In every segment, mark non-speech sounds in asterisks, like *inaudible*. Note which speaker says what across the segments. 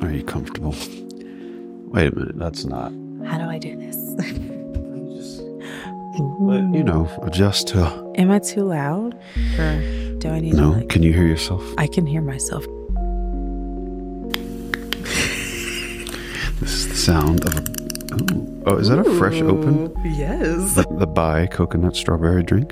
Speaker 1: pretty comfortable. Wait a minute, that's not.
Speaker 2: How do I do this? *laughs*
Speaker 1: You know, adjust to.
Speaker 2: Am I too loud? Or do I need to
Speaker 1: No,
Speaker 2: like
Speaker 1: can you hear yourself?
Speaker 2: I can hear myself.
Speaker 1: This is the sound of a. Ooh. Oh, is that a fresh open?
Speaker 2: Yes.
Speaker 1: The, the Bai coconut strawberry drink?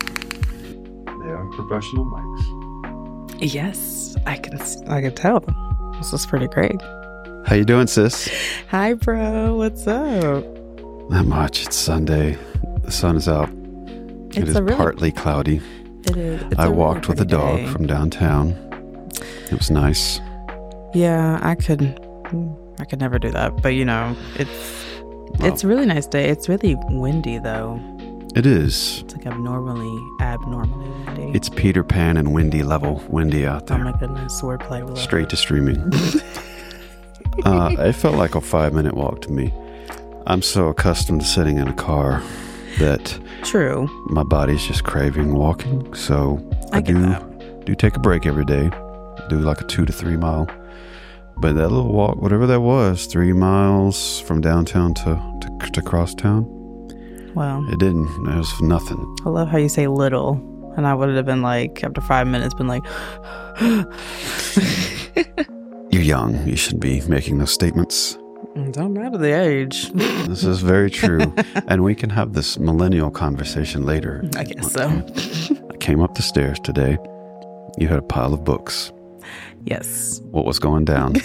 Speaker 1: they are professional mics.
Speaker 2: Yes. I can s- I can tell. This is pretty great.
Speaker 1: How you doing, sis?
Speaker 2: Hi bro, what's up?
Speaker 1: Not much. It's Sunday. The sun is out. it
Speaker 2: It's
Speaker 1: is
Speaker 2: a really-
Speaker 1: partly cloudy.
Speaker 2: It is it's
Speaker 1: I
Speaker 2: a really
Speaker 1: walked with a
Speaker 2: pretty
Speaker 1: dog
Speaker 2: day.
Speaker 1: from downtown. It was nice.
Speaker 2: Yeah, I could I could never do that. But you know, it's it's really nice day. It's really windy though.
Speaker 1: It is.
Speaker 2: It's like abnormally abnormally windy.
Speaker 1: It's Peter Pan and Windy level windy out
Speaker 2: oh
Speaker 1: there.
Speaker 2: my goodness, wordplay will
Speaker 1: Straight to
Speaker 2: *laughs*
Speaker 1: streaming. uh, it felt like a five minute walk to me. I'm so accustomed to sitting in a car that
Speaker 2: true.
Speaker 1: my body's just craving walking. So I,
Speaker 2: I get
Speaker 1: do
Speaker 2: that.
Speaker 1: do take a break every day. Do like a two to three mile. But that little walk, whatever that was, three miles from downtown to, to, to crosstown,
Speaker 2: Wow.
Speaker 1: it didn't. It was nothing.
Speaker 2: I love how you say little. And I would have been like, after five minutes, been like,
Speaker 1: You're young. You should be making those statements.
Speaker 2: don't matter the age. *laughs*
Speaker 1: This is very true. and we can have this millennial conversation later.
Speaker 2: I guess so.
Speaker 1: I came up the stairs today. You had a pile of books.
Speaker 2: Yes.
Speaker 1: What was going
Speaker 2: *laughs*
Speaker 1: down?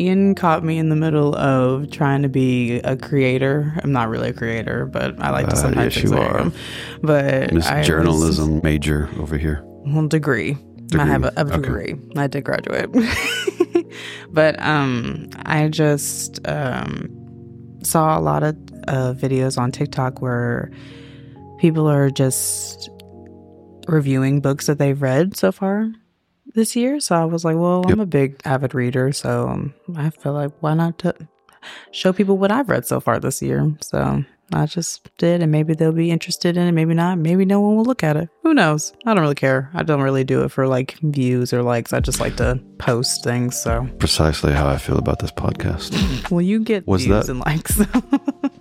Speaker 2: Ian caught me in the middle of trying to be a creator. I'm not really a creator, but I like to
Speaker 1: Uh,
Speaker 2: sometimes
Speaker 1: yes,
Speaker 2: think
Speaker 1: you
Speaker 2: I
Speaker 1: are.
Speaker 2: am. But
Speaker 1: Miss
Speaker 2: I was-
Speaker 1: Journalism major over here.
Speaker 2: well, degree. I have a, a
Speaker 1: Okay.
Speaker 2: degree. I did graduate. *laughs* but um, I just um, saw a lot of uh, videos on TikTok where people are just reviewing books that they've read so far this year. So I was like, well,
Speaker 1: Yep.
Speaker 2: I'm a big avid reader. So um, I feel like why not t- show people what I've read so far this year? So. I just did, and maybe they'll be interested in it. Maybe not. Maybe no one will look at it. Who knows? I don't really care. I don't really do it for like views or likes. I just like to post things. So,
Speaker 1: Precisely how I feel about this podcast.
Speaker 2: well, you get
Speaker 1: Was
Speaker 2: views
Speaker 1: that-
Speaker 2: and likes. *laughs*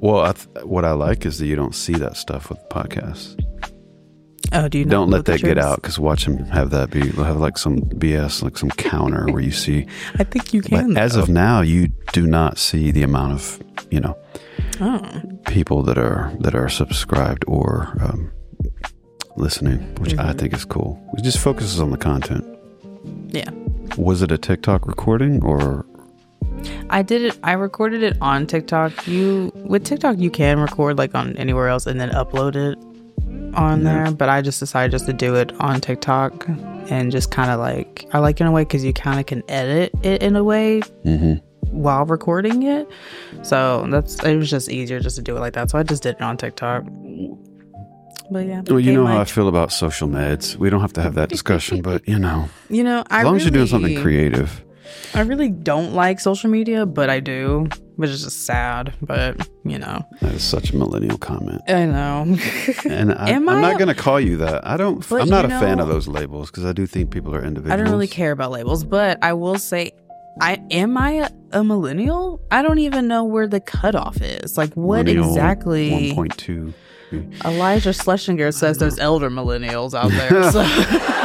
Speaker 1: well, I th- what I like is that you don't see that stuff with podcasts.
Speaker 2: oh, do you not
Speaker 1: Don't let
Speaker 2: look at
Speaker 1: that get
Speaker 2: yours?
Speaker 1: out because watch them have that be they'll have like some BS, like some counter where you see.
Speaker 2: I think you
Speaker 1: But
Speaker 2: can.
Speaker 1: as of now, you do not see the amount of you know
Speaker 2: oh,
Speaker 1: people that are that are subscribed or um, listening, which I
Speaker 2: Mm-hmm.
Speaker 1: think is cool. It just focuses on the content.
Speaker 2: yeah.
Speaker 1: Was it a TikTok recording or
Speaker 2: I did it. I recorded it on TikTok. You with TikTok, you can record like on anywhere else and then upload it on there. But I just decided just to do it on TikTok and just kind of like I like it in a way because you kind of can edit it in a way
Speaker 1: Mm-hmm.
Speaker 2: while recording it. So that's it was just easier just to do it like that. So I just did it on TikTok. But yeah,
Speaker 1: Well, you
Speaker 2: became
Speaker 1: know how I
Speaker 2: like-
Speaker 1: feel about social meds. We don't have to have that
Speaker 2: *laughs*
Speaker 1: discussion, but you know,
Speaker 2: you know, I
Speaker 1: as long as you're doing something
Speaker 2: really-
Speaker 1: creative,
Speaker 2: I really don't like social media, but I do, which is just sad. But you know.
Speaker 1: that is such a millennial comment.
Speaker 2: I know. *laughs*
Speaker 1: And I,
Speaker 2: Am
Speaker 1: I'm
Speaker 2: I-
Speaker 1: not going to call you that. I don't.
Speaker 2: But
Speaker 1: I'm not a
Speaker 2: you
Speaker 1: fan
Speaker 2: know-
Speaker 1: of those labels because I do think people are individuals.
Speaker 2: I don't really care about labels, but I will say, I am I a, a millennial? I don't even know where the cutoff is. Like, what
Speaker 1: Millennial,
Speaker 2: exactly?
Speaker 1: 1.2.
Speaker 2: Elijah Schlesinger says there's elder millennials
Speaker 1: *laughs*
Speaker 2: out there. So. *laughs*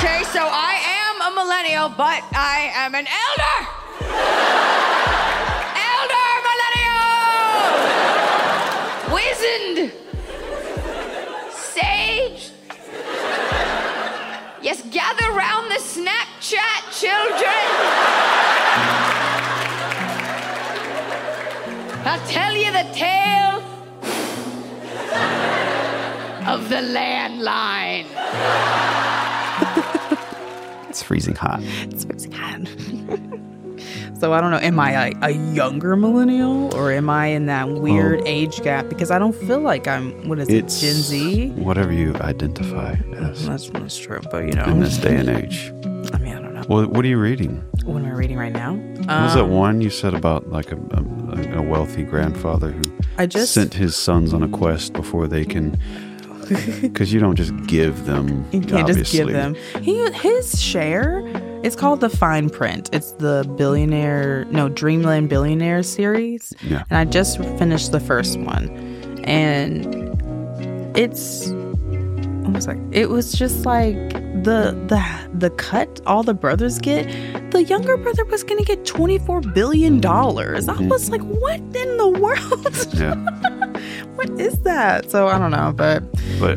Speaker 3: Okay, so I am a millennial, but I am an elder. elder millennial. Wizened. Sage. Yes, gather round the Snapchat, children. I'll tell you the tale of the landline.
Speaker 1: It's freezing hot.
Speaker 2: It's fixing hand. *laughs* So I don't know. Am I a, a younger millennial or am I in that
Speaker 1: Oh.
Speaker 2: weird age gap? Because I don't feel like I'm. What is
Speaker 1: It's
Speaker 2: it? Gen Z.
Speaker 1: Whatever you identify as
Speaker 2: That's, that's true, but you
Speaker 1: in
Speaker 2: know,
Speaker 1: this day and age.
Speaker 2: I mean, I don't know.
Speaker 1: Well, what are you reading?
Speaker 2: What am I reading right now?
Speaker 1: What was
Speaker 2: Um,
Speaker 1: that one you said about like a, a, a wealthy grandfather who
Speaker 2: I just- *laughs*
Speaker 1: sent his sons on a quest before they can because you don't just give them.
Speaker 2: You can't just give
Speaker 1: obviously.
Speaker 2: them. He his share. It's called the fine print. It's the billionaire, no Dreamland billionaire series.
Speaker 1: Yeah.
Speaker 2: And I just finished the first one, and it's. I was like, it was just like the the the cut all the brothers get. The younger brother was gonna get twenty four billion dollars. I
Speaker 1: Mm-hmm.
Speaker 2: was like, what in the world? *laughs*
Speaker 1: Yeah,
Speaker 2: what is that? So I don't know, but
Speaker 1: but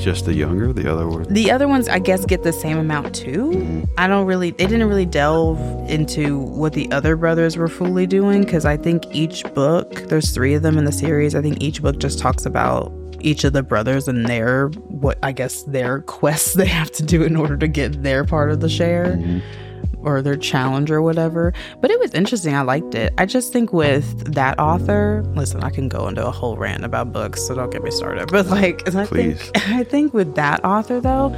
Speaker 1: just the younger, the other one.
Speaker 2: the other ones, I guess, get the same amount too. I don't really, they didn't really delve into what the other brothers were fully doing because I think each book, there's three of them in the series, I think each book just talks about each of the brothers and their, what I guess, their *laughs* quests they have to do in order to get their part of the share or their challenge or whatever. But it was interesting. I liked it. I just think with that author, listen, I can go into a whole rant about books, so don't get me started. But like, I
Speaker 1: Please.
Speaker 2: think *laughs* I think with that author though,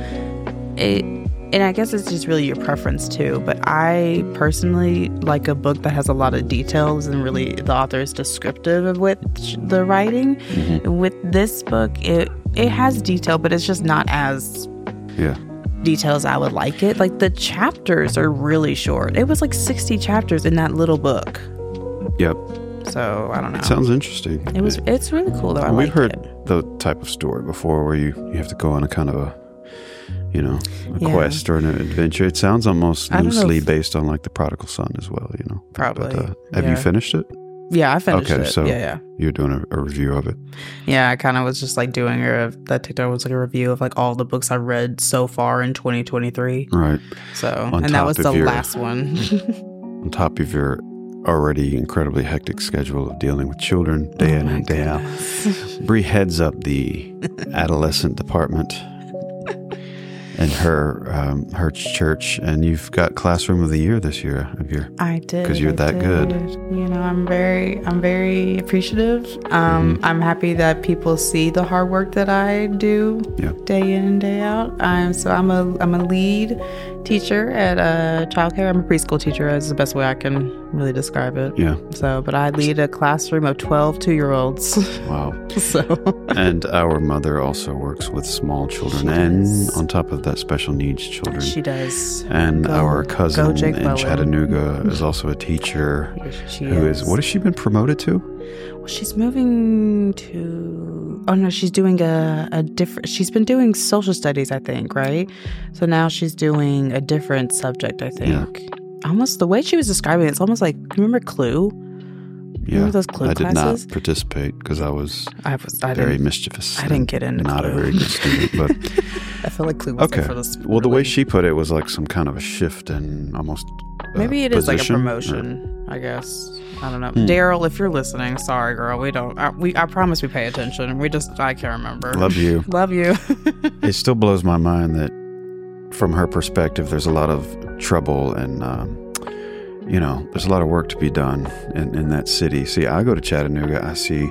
Speaker 2: it and I guess it's just really your preference too. But I personally like a book that has a lot of details and really the author is descriptive of what sh- the writing. With this book, it it has detail, but it's just not as
Speaker 1: Yeah,
Speaker 2: details I would like it. Like the chapters are really short. It was like 60 chapters in that little book.
Speaker 1: yep.
Speaker 2: So I don't know.
Speaker 1: Sounds interesting.
Speaker 2: Oh.
Speaker 1: Uh,
Speaker 2: it was it's really cool though. I
Speaker 1: we've
Speaker 2: liked
Speaker 1: heard
Speaker 2: it.
Speaker 1: the type of story before where you, you have to go on a kind of a you know a
Speaker 2: Yeah.
Speaker 1: quest or an adventure it sounds almost
Speaker 2: I don't know
Speaker 1: loosely
Speaker 2: if-
Speaker 1: based on like the prodigal son as well you know uh,
Speaker 2: Probably,
Speaker 1: have
Speaker 2: yeah.
Speaker 1: you finished it
Speaker 2: Yeah, I finished
Speaker 1: okay
Speaker 2: it.
Speaker 1: so
Speaker 2: yeah, yeah.
Speaker 1: you're doing a, a review of it
Speaker 2: Yeah, I kind of was just like doing a that TikTok was like a review of like all the books I read so far in 2023.
Speaker 1: right
Speaker 2: So,
Speaker 1: On
Speaker 2: and that
Speaker 1: top
Speaker 2: was
Speaker 1: of
Speaker 2: the
Speaker 1: your- *laughs*
Speaker 2: last one.
Speaker 1: on top of your already incredibly hectic schedule of dealing with children day
Speaker 2: Oh
Speaker 1: in and day out Bree heads up the adolescent
Speaker 2: *laughs*
Speaker 1: department in her um, her church and you've got classroom of the year this year of your
Speaker 2: I did
Speaker 1: 'Cause you're
Speaker 2: I
Speaker 1: that good.
Speaker 2: did. You know, I'm very, I'm very appreciative. Um,
Speaker 1: Mm-hmm.
Speaker 2: I'm happy that people see the hard work that I do
Speaker 1: Yeah.
Speaker 2: day in and day out. Um, so I'm a, I'm a lead teacher at a childcare. I'm a preschool teacher. Is the best way I can really describe it.
Speaker 1: yeah
Speaker 2: So, but I lead a classroom of 12 two year olds.
Speaker 1: wow
Speaker 2: *laughs* so,
Speaker 1: And our mother also works with small children and on top of that special needs children.
Speaker 2: she does.
Speaker 1: and
Speaker 2: Go-
Speaker 1: our
Speaker 2: go
Speaker 1: cousin
Speaker 2: Jake
Speaker 1: in
Speaker 2: Weller.
Speaker 1: Chattanooga is also a teacher
Speaker 2: She
Speaker 1: who is what has she been promoted to?
Speaker 2: Well, she's moving to. Oh no, she's doing a, a different. She's been doing social studies, I think, right? So now she's doing a different subject, I think. Almost the way she was describing it, it's almost like you remember Clue. Remember those Clue
Speaker 1: I did
Speaker 2: classes?
Speaker 1: not participate because I was
Speaker 2: I was. I
Speaker 1: very
Speaker 2: didn't.
Speaker 1: mischievous.
Speaker 2: I didn't
Speaker 1: and
Speaker 2: get into
Speaker 1: not a
Speaker 2: Clue.
Speaker 1: very good student,
Speaker 2: *laughs*
Speaker 1: but
Speaker 2: I felt like Clue was
Speaker 1: okay.
Speaker 2: like for the.
Speaker 1: well, the way
Speaker 2: really-
Speaker 1: she put it was like some kind of a shift in almost. uh,
Speaker 2: Maybe it is like a
Speaker 1: position or- Hmm.
Speaker 2: promotion. I guess. I don't know, Daryl. If you're listening, sorry, girl. We don't. I, we. I promise we pay attention. We just. I can't remember.
Speaker 1: Love you.
Speaker 2: Love you. *laughs*
Speaker 1: It still blows my mind that, from her perspective, there's a lot of trouble and, um, you know, there's a lot of work to be done in, in that city. See, I go to Chattanooga, I see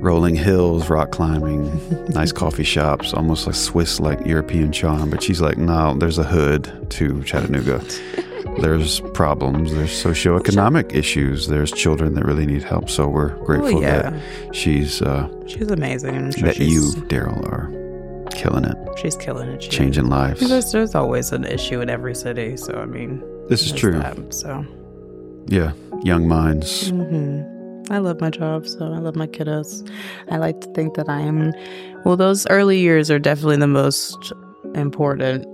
Speaker 1: rolling hills, rock climbing,
Speaker 2: *laughs*
Speaker 1: nice coffee shops, almost like Swiss, like European charm. But she's like, no, there's a hood to Chattanooga. There's problems. There's socioeconomic issues. There's children that really need help. So we're grateful
Speaker 2: Oh, yeah.
Speaker 1: that she's uh,
Speaker 2: she's amazing. I'm sure
Speaker 1: that
Speaker 2: she's,
Speaker 1: you, Daryl, are killing it,
Speaker 2: She's killing it. She
Speaker 1: changing lives.
Speaker 2: There's, there's always an issue in every city, so I mean,
Speaker 1: This is
Speaker 2: there's
Speaker 1: true.
Speaker 2: that, Mm-hmm. so
Speaker 1: Yeah. Young minds.
Speaker 2: I love my job, so I love my kiddos. I like to think that I am. Well, those early years are definitely the most important.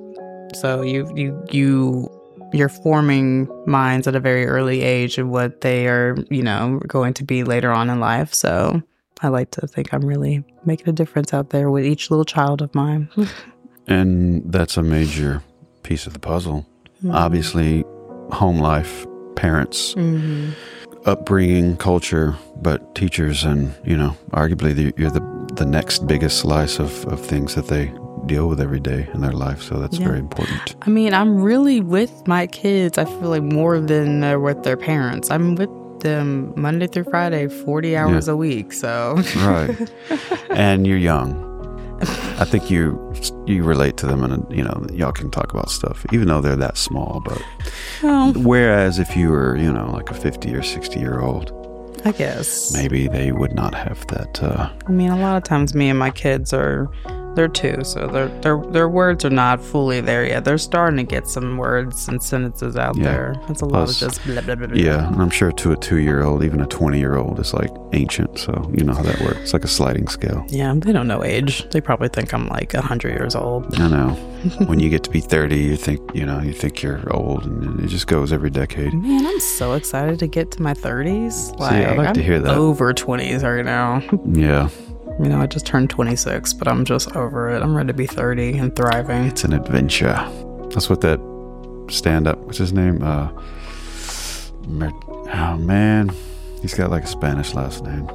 Speaker 2: So you you you you're forming minds at a very early age and what they are, you know, going to be later on in life. So I like to think I'm really making a difference out there with each little child of mine.
Speaker 1: And that's a major piece of the puzzle.
Speaker 2: Mm-hmm.
Speaker 1: Obviously, home life, parents,
Speaker 2: Mm.
Speaker 1: upbringing, culture, but teachers, and, you know, arguably the, you're the, the next biggest slice of, of things that they deal with every day in their life. So that's
Speaker 2: Yeah.
Speaker 1: very important.
Speaker 2: I mean, I'm really with my kids. I feel like more than they're with their parents. I'm with them Monday through Friday, 40 hours a week. So *laughs*
Speaker 1: Right. and you're young. I think you you relate to them, and you know y'all can talk about stuff, even though they're that small. But
Speaker 2: Well,
Speaker 1: Whereas if you were, you know, like a 50 or 60 year old,
Speaker 2: I guess.
Speaker 1: maybe they would not have that. Uh,
Speaker 2: I mean, a lot of times me and my kids are They're two, so their their their words are not fully there yet. They're starting to get some words and sentences out
Speaker 1: Yeah.
Speaker 2: there. It's a lot
Speaker 1: Plus-
Speaker 2: of just blah blah blah. blah.
Speaker 1: Yeah, and I'm sure to a two year old, even a 20 year old, is like ancient. So you know how that works. It's like a sliding scale.
Speaker 2: Yeah, they don't know age. They probably think I'm like hundred years old.
Speaker 1: I know. when you get to be 30, you think you know you think you're old, and, and it just goes every decade.
Speaker 2: Man, I'm so excited to get to my 30s. Like,
Speaker 1: I like
Speaker 2: am
Speaker 1: to hear that.
Speaker 2: Over 20s right now.
Speaker 1: Yeah,
Speaker 2: You know, I just turned 26, but I'm just over it. I'm ready to be 30 and thriving.
Speaker 1: it's an adventure. That's what that stand up. What's his name? Uh, Mer- oh man, he's got like a Spanish last name.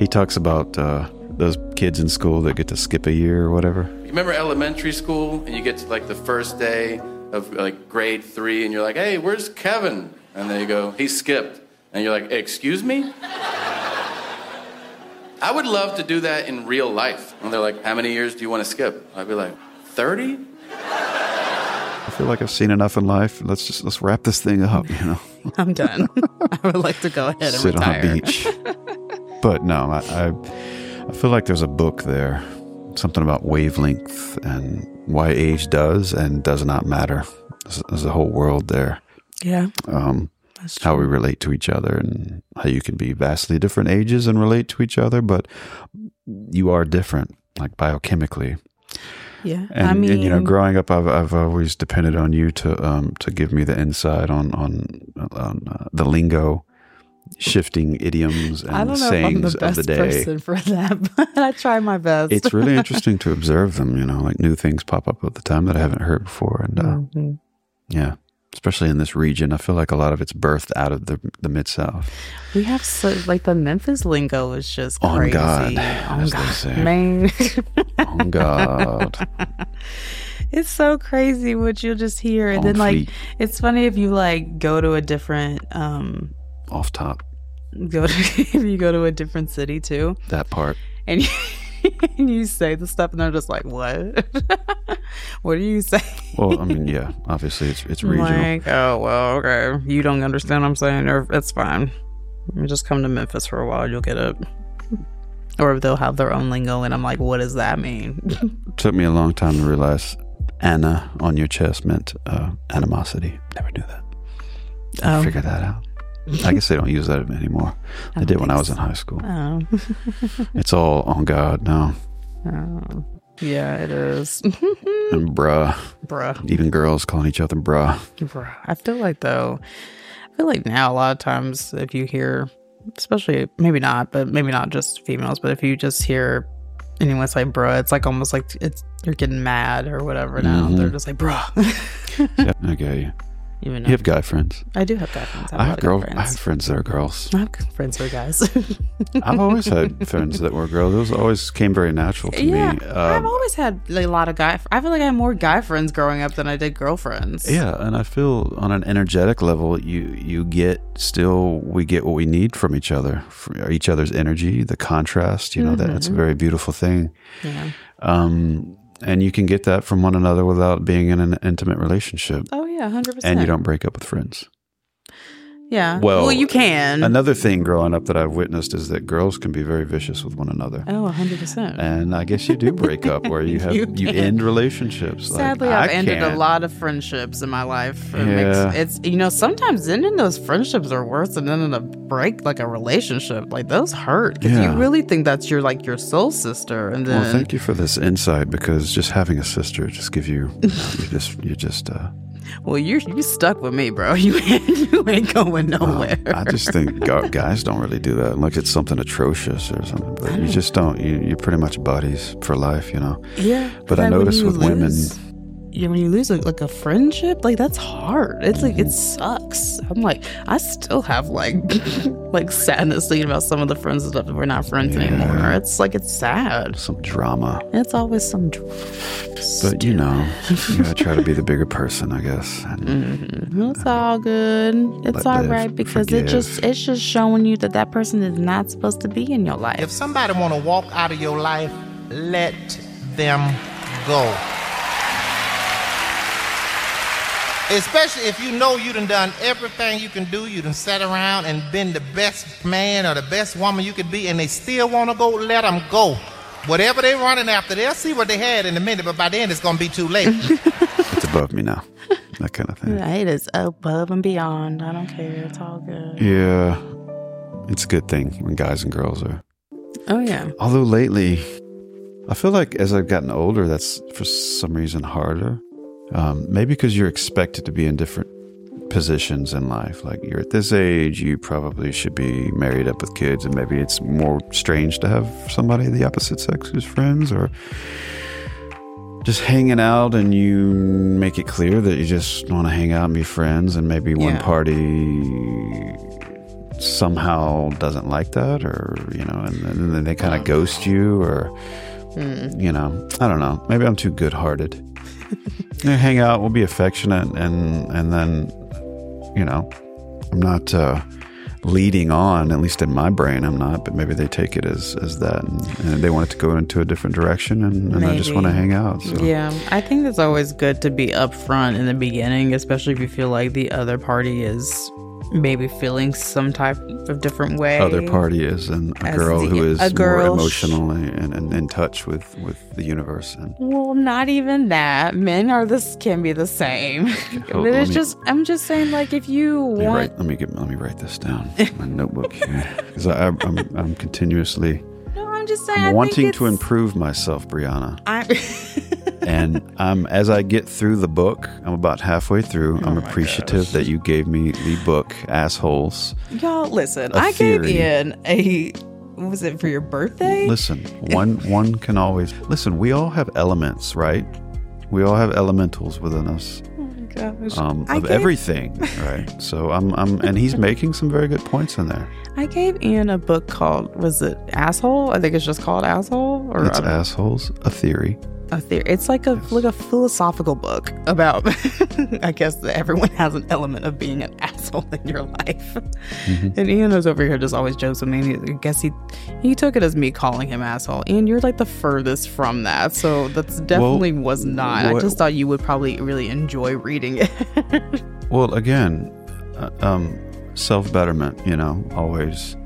Speaker 1: He talks about uh, those kids in school that get to skip a year or whatever.
Speaker 4: You remember elementary school and you get to like the first day of like grade three and you're like, hey, where's Kevin? And they go, he skipped. And you're like, excuse me? I would love to do that in real life. And they're like, how many years do you want to skip? I'd be like, 30?
Speaker 1: I feel like I've seen enough in life. Let's just let's wrap this thing up. You know.
Speaker 2: *laughs* I'm done. *laughs* I would like to go ahead and
Speaker 1: sit
Speaker 2: retire.
Speaker 1: on a beach. but no, I, I I feel like there's a book there, something about wavelength and why age does and does not matter. There's, there's a whole world there.
Speaker 2: Yeah.
Speaker 1: Um,
Speaker 2: That's true.
Speaker 1: how we relate to each other and how you can be vastly different ages and relate to each other, but you are different, like biochemically.
Speaker 2: yeah.
Speaker 1: And,
Speaker 2: I mean,
Speaker 1: and, you know, growing up, I've I've always depended on you to um to give me the insight on on on uh, the lingo, shifting idioms and
Speaker 2: I don't know if I'm
Speaker 1: sayings
Speaker 2: the best
Speaker 1: of the day.
Speaker 2: person for *laughs* that, but I try my best.
Speaker 1: It's
Speaker 2: *laughs*
Speaker 1: really interesting to observe them. You know, like new things pop up all the time that I haven't heard before, and uh,
Speaker 2: Mhm.
Speaker 1: yeah, especially in this region, I feel like a lot of it's birthed out of the the mid south.
Speaker 2: We have so, like, the Memphis lingo is just
Speaker 1: On
Speaker 2: crazy.
Speaker 1: God,
Speaker 2: On
Speaker 1: as they
Speaker 2: God.
Speaker 1: say.
Speaker 2: Man. *laughs*
Speaker 1: Oh God, *laughs*
Speaker 2: It's so crazy what you'll just hear. And
Speaker 1: On
Speaker 2: then like
Speaker 1: fleek.
Speaker 2: it's funny if you like go to a different um
Speaker 1: off top
Speaker 2: go to *laughs* if you go to a different city too
Speaker 1: that part.
Speaker 2: and you, *laughs* and you say the stuff and they're just like, What? *laughs* what do you say?
Speaker 1: Well, I mean, yeah, obviously it's it's
Speaker 2: I'm
Speaker 1: regional.
Speaker 2: Like, oh well, okay. You don't understand what I'm saying, or that's fine. You just come to Memphis for a while, you'll get it. Or they'll have their own lingo and I'm like, what does that mean? *laughs*
Speaker 1: took me a long time to realize Anna on your chest meant uh, animosity. Never knew that. I
Speaker 2: Oh.
Speaker 1: figured that out. I guess they don't use that
Speaker 2: *laughs*
Speaker 1: anymore. They did when I was in high school.
Speaker 2: Oh. *laughs*
Speaker 1: It's all on God now.
Speaker 2: Oh. Yeah, it is. *laughs*
Speaker 1: And bruh.
Speaker 2: Bruh.
Speaker 1: Even girls calling each other
Speaker 2: *laughs*
Speaker 1: bruh.
Speaker 2: Bruh, I feel like though, I feel like now a lot of times if you hear, especially maybe not, but maybe not just females, but if you just hear anyone say "bruh," it's like almost like it's you're getting mad or whatever. Now
Speaker 1: Mm-hmm.
Speaker 2: they're just
Speaker 1: *laughs*
Speaker 2: like "bruh."
Speaker 1: yep, I get you.
Speaker 2: Even though
Speaker 1: You have guy friends.
Speaker 2: I do have guy friends,
Speaker 1: I have
Speaker 2: have a
Speaker 1: girl.
Speaker 2: lot of
Speaker 1: I have
Speaker 2: friends.
Speaker 1: friends that are girls.
Speaker 2: I have good friends who are guys.
Speaker 1: *laughs* I've always had
Speaker 2: *laughs*
Speaker 1: friends that were girls. Those always came very natural to
Speaker 2: yeah,
Speaker 1: me.
Speaker 2: I've
Speaker 1: Um,
Speaker 2: always had like, a lot of guy. I feel like I had more guy friends growing up than I did girlfriends.
Speaker 1: Yeah, and I feel on an energetic level, you you get still we get what we need from each other, for each other's energy, the contrast. You know that it's a very beautiful thing,
Speaker 2: Mm-hmm. yeah.
Speaker 1: um, and you can get that from one another without being in an intimate relationship,
Speaker 2: Oh yeah, hundred percent.
Speaker 1: and you don't break up with friends.
Speaker 2: Yeah.
Speaker 1: Well,
Speaker 2: you can.
Speaker 1: Another thing growing up that I've witnessed is that girls can be very vicious with one another.
Speaker 2: oh, hundred percent.
Speaker 1: And I guess you do break up
Speaker 2: *laughs*
Speaker 1: where you have
Speaker 2: You
Speaker 1: you,
Speaker 2: can.
Speaker 1: end relationships. Like,
Speaker 2: Sadly, I've
Speaker 1: I
Speaker 2: ended
Speaker 1: can't.
Speaker 2: a lot of friendships in my life. It
Speaker 1: Yeah.
Speaker 2: makes, it's you know sometimes ending those friendships are worse than ending a break like a relationship. Like those hurt 'cause
Speaker 1: Yeah.
Speaker 2: you really think that's your like your soul sister, and then
Speaker 1: Well, thank you for this insight because just having a sister just gives you, you know, you just you just uh,
Speaker 2: well, you're you stuck with me, bro. *laughs* You ain't, you ain't going nowhere.
Speaker 1: I just think gu- guys don't really do that unless it's something atrocious or something. But you just don't. You, you're pretty much buddies for life, you know.
Speaker 2: yeah,
Speaker 1: But I
Speaker 2: like, when
Speaker 1: notice
Speaker 2: you
Speaker 1: with women-
Speaker 2: Yeah, when you lose like, like a friendship, like that's hard. It's like it
Speaker 1: Mm-hmm.
Speaker 2: sucks. I'm like, I still have like *laughs* like sadness thinking about some of the friends that we're not friends anymore. It's like it's sad.
Speaker 1: Some drama,
Speaker 2: It's always some.
Speaker 1: but you know, you gotta try to be the bigger person, I guess. And
Speaker 2: It's all good. It's
Speaker 1: Let
Speaker 2: all
Speaker 1: live,
Speaker 2: right because it just
Speaker 1: forgive.
Speaker 2: it's just showing you that that person is not supposed to be in your
Speaker 5: If
Speaker 2: life.
Speaker 5: somebody want to walk out of your life, let them go. Especially if you know you done done everything you can do, you done sat around and been the best man or the best woman you could be, and they still want to go, let them go. Whatever they running after, they'll see what they had in a minute, but by then it's gonna be too late.
Speaker 1: It's above me now. That kind of thing.
Speaker 2: It is above and beyond. I don't care. It's all good.
Speaker 1: Yeah. It's a good thing when guys and girls are.
Speaker 2: Oh yeah.
Speaker 1: Although lately, I feel like as I've gotten older, that's for some reason harder. Um, maybe because you're expected to be in different positions in life. Like you're at this age, you probably should be married up with kids, and maybe it's more strange to have somebody of the opposite sex as friends or just hanging out and you make it clear that you just want to hang out and be friends and maybe one
Speaker 2: Yeah.
Speaker 1: party somehow doesn't like that or you know and, then- and then they kind of ghost you or you know i don't know maybe i'm too good-hearted You know, hang out we'll be affectionate and and then you know i'm not uh leading on at least in my brain i'm not but maybe they take it as as that and, and they want it to go into a different direction and, and i just
Speaker 2: Maybe.
Speaker 1: want to hang out so
Speaker 2: Yeah, I think it's always good to be upfront in the beginning, especially if you feel like the other party is maybe feeling some type of different way.
Speaker 1: other party is and a
Speaker 2: As
Speaker 1: girl
Speaker 2: the-
Speaker 1: who is
Speaker 2: a girl
Speaker 1: more
Speaker 2: sh-
Speaker 1: emotionally and, and in touch with with the universe and
Speaker 2: Well, not even that. Men are this can be the same.
Speaker 1: hold
Speaker 2: but
Speaker 1: on, Oh, let
Speaker 2: it's
Speaker 1: me-
Speaker 2: just I'm just saying like if you
Speaker 1: Let me,
Speaker 2: want
Speaker 1: write, let me get. Let me write this down. in My notebook here, because I'm, I'm I'm continuously
Speaker 2: No, I'm just saying I
Speaker 1: I'm
Speaker 2: think
Speaker 1: wanting to
Speaker 2: it's-
Speaker 1: improve myself, Brianna.
Speaker 2: I'm
Speaker 1: And I'm as I get through the book, I'm about halfway through. I'm appreciative that you gave me the book, assholes.
Speaker 2: *laughs* Y'all, listen.
Speaker 1: A
Speaker 2: I gave
Speaker 1: theory.
Speaker 2: Ian a. what Was it for your birthday?
Speaker 1: Listen, one one can always listen. We all have elements, right? We all have elementals within us
Speaker 2: Oh Gosh.
Speaker 1: um,
Speaker 2: I
Speaker 1: of
Speaker 2: gave-
Speaker 1: everything, right? So I'm, I'm, and he's making some very good points in there.
Speaker 2: I gave Ian a book called was it asshole? I think it's just called asshole or
Speaker 1: It's
Speaker 2: a,
Speaker 1: assholes, a theory.
Speaker 2: a theory. It's like a like a philosophical book about. *laughs* I guess that everyone has an element of being an *laughs* asshole in your life. And Ian is over here just always jokes with me. And he, I guess he he took it as me calling him asshole. Ian, you're like the furthest from that, so that's definitely was not. I
Speaker 1: what-
Speaker 2: just thought you would probably really enjoy reading it. *laughs*
Speaker 1: Well, again, uh, um, self betterment. You know, always.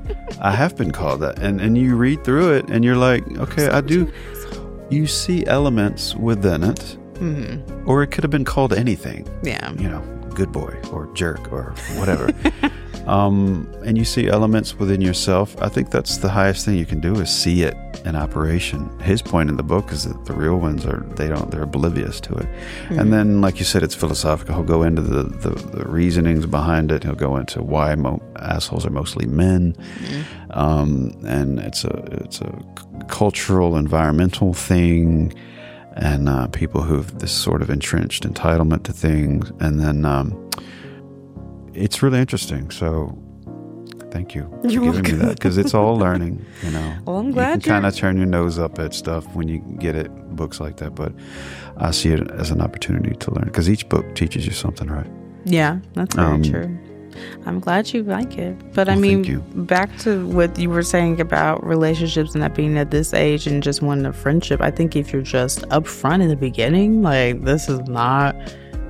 Speaker 1: I have been called that, and and you read through it, and you're like, okay, I do. You see elements within it, or it could have been called anything.
Speaker 2: yeah.
Speaker 1: um, You know, good boy or jerk or whatever. um, and you see elements within yourself. I think that's the highest thing you can do is see it in operation. His point in the book is that the real ones are they don't they're oblivious to it. And then, like you said, it's philosophical. He'll go into the the, the reasonings behind it. He'll go into why mo- assholes are mostly men. Um, and it's a it's a c- cultural environmental thing. And uh, people who've this sort of entrenched entitlement to things, and then um, it's really interesting. So thank you for
Speaker 2: You're
Speaker 1: giving me that because it's all
Speaker 2: *laughs*
Speaker 1: learning, you know.
Speaker 2: Well, I'm glad
Speaker 1: you can kind
Speaker 2: you're-
Speaker 1: of turn your nose up at stuff when you get it books like that, but I see it as an opportunity to learn because each book teaches you something, right?
Speaker 2: Yeah, that's very
Speaker 1: Um,
Speaker 2: true. I'm glad you like it. But I
Speaker 1: Well,
Speaker 2: mean,
Speaker 1: thank you.
Speaker 2: back to what you were saying about relationships and that being at this age and just wanting a friendship. I think if you're just upfront in the beginning, like this is not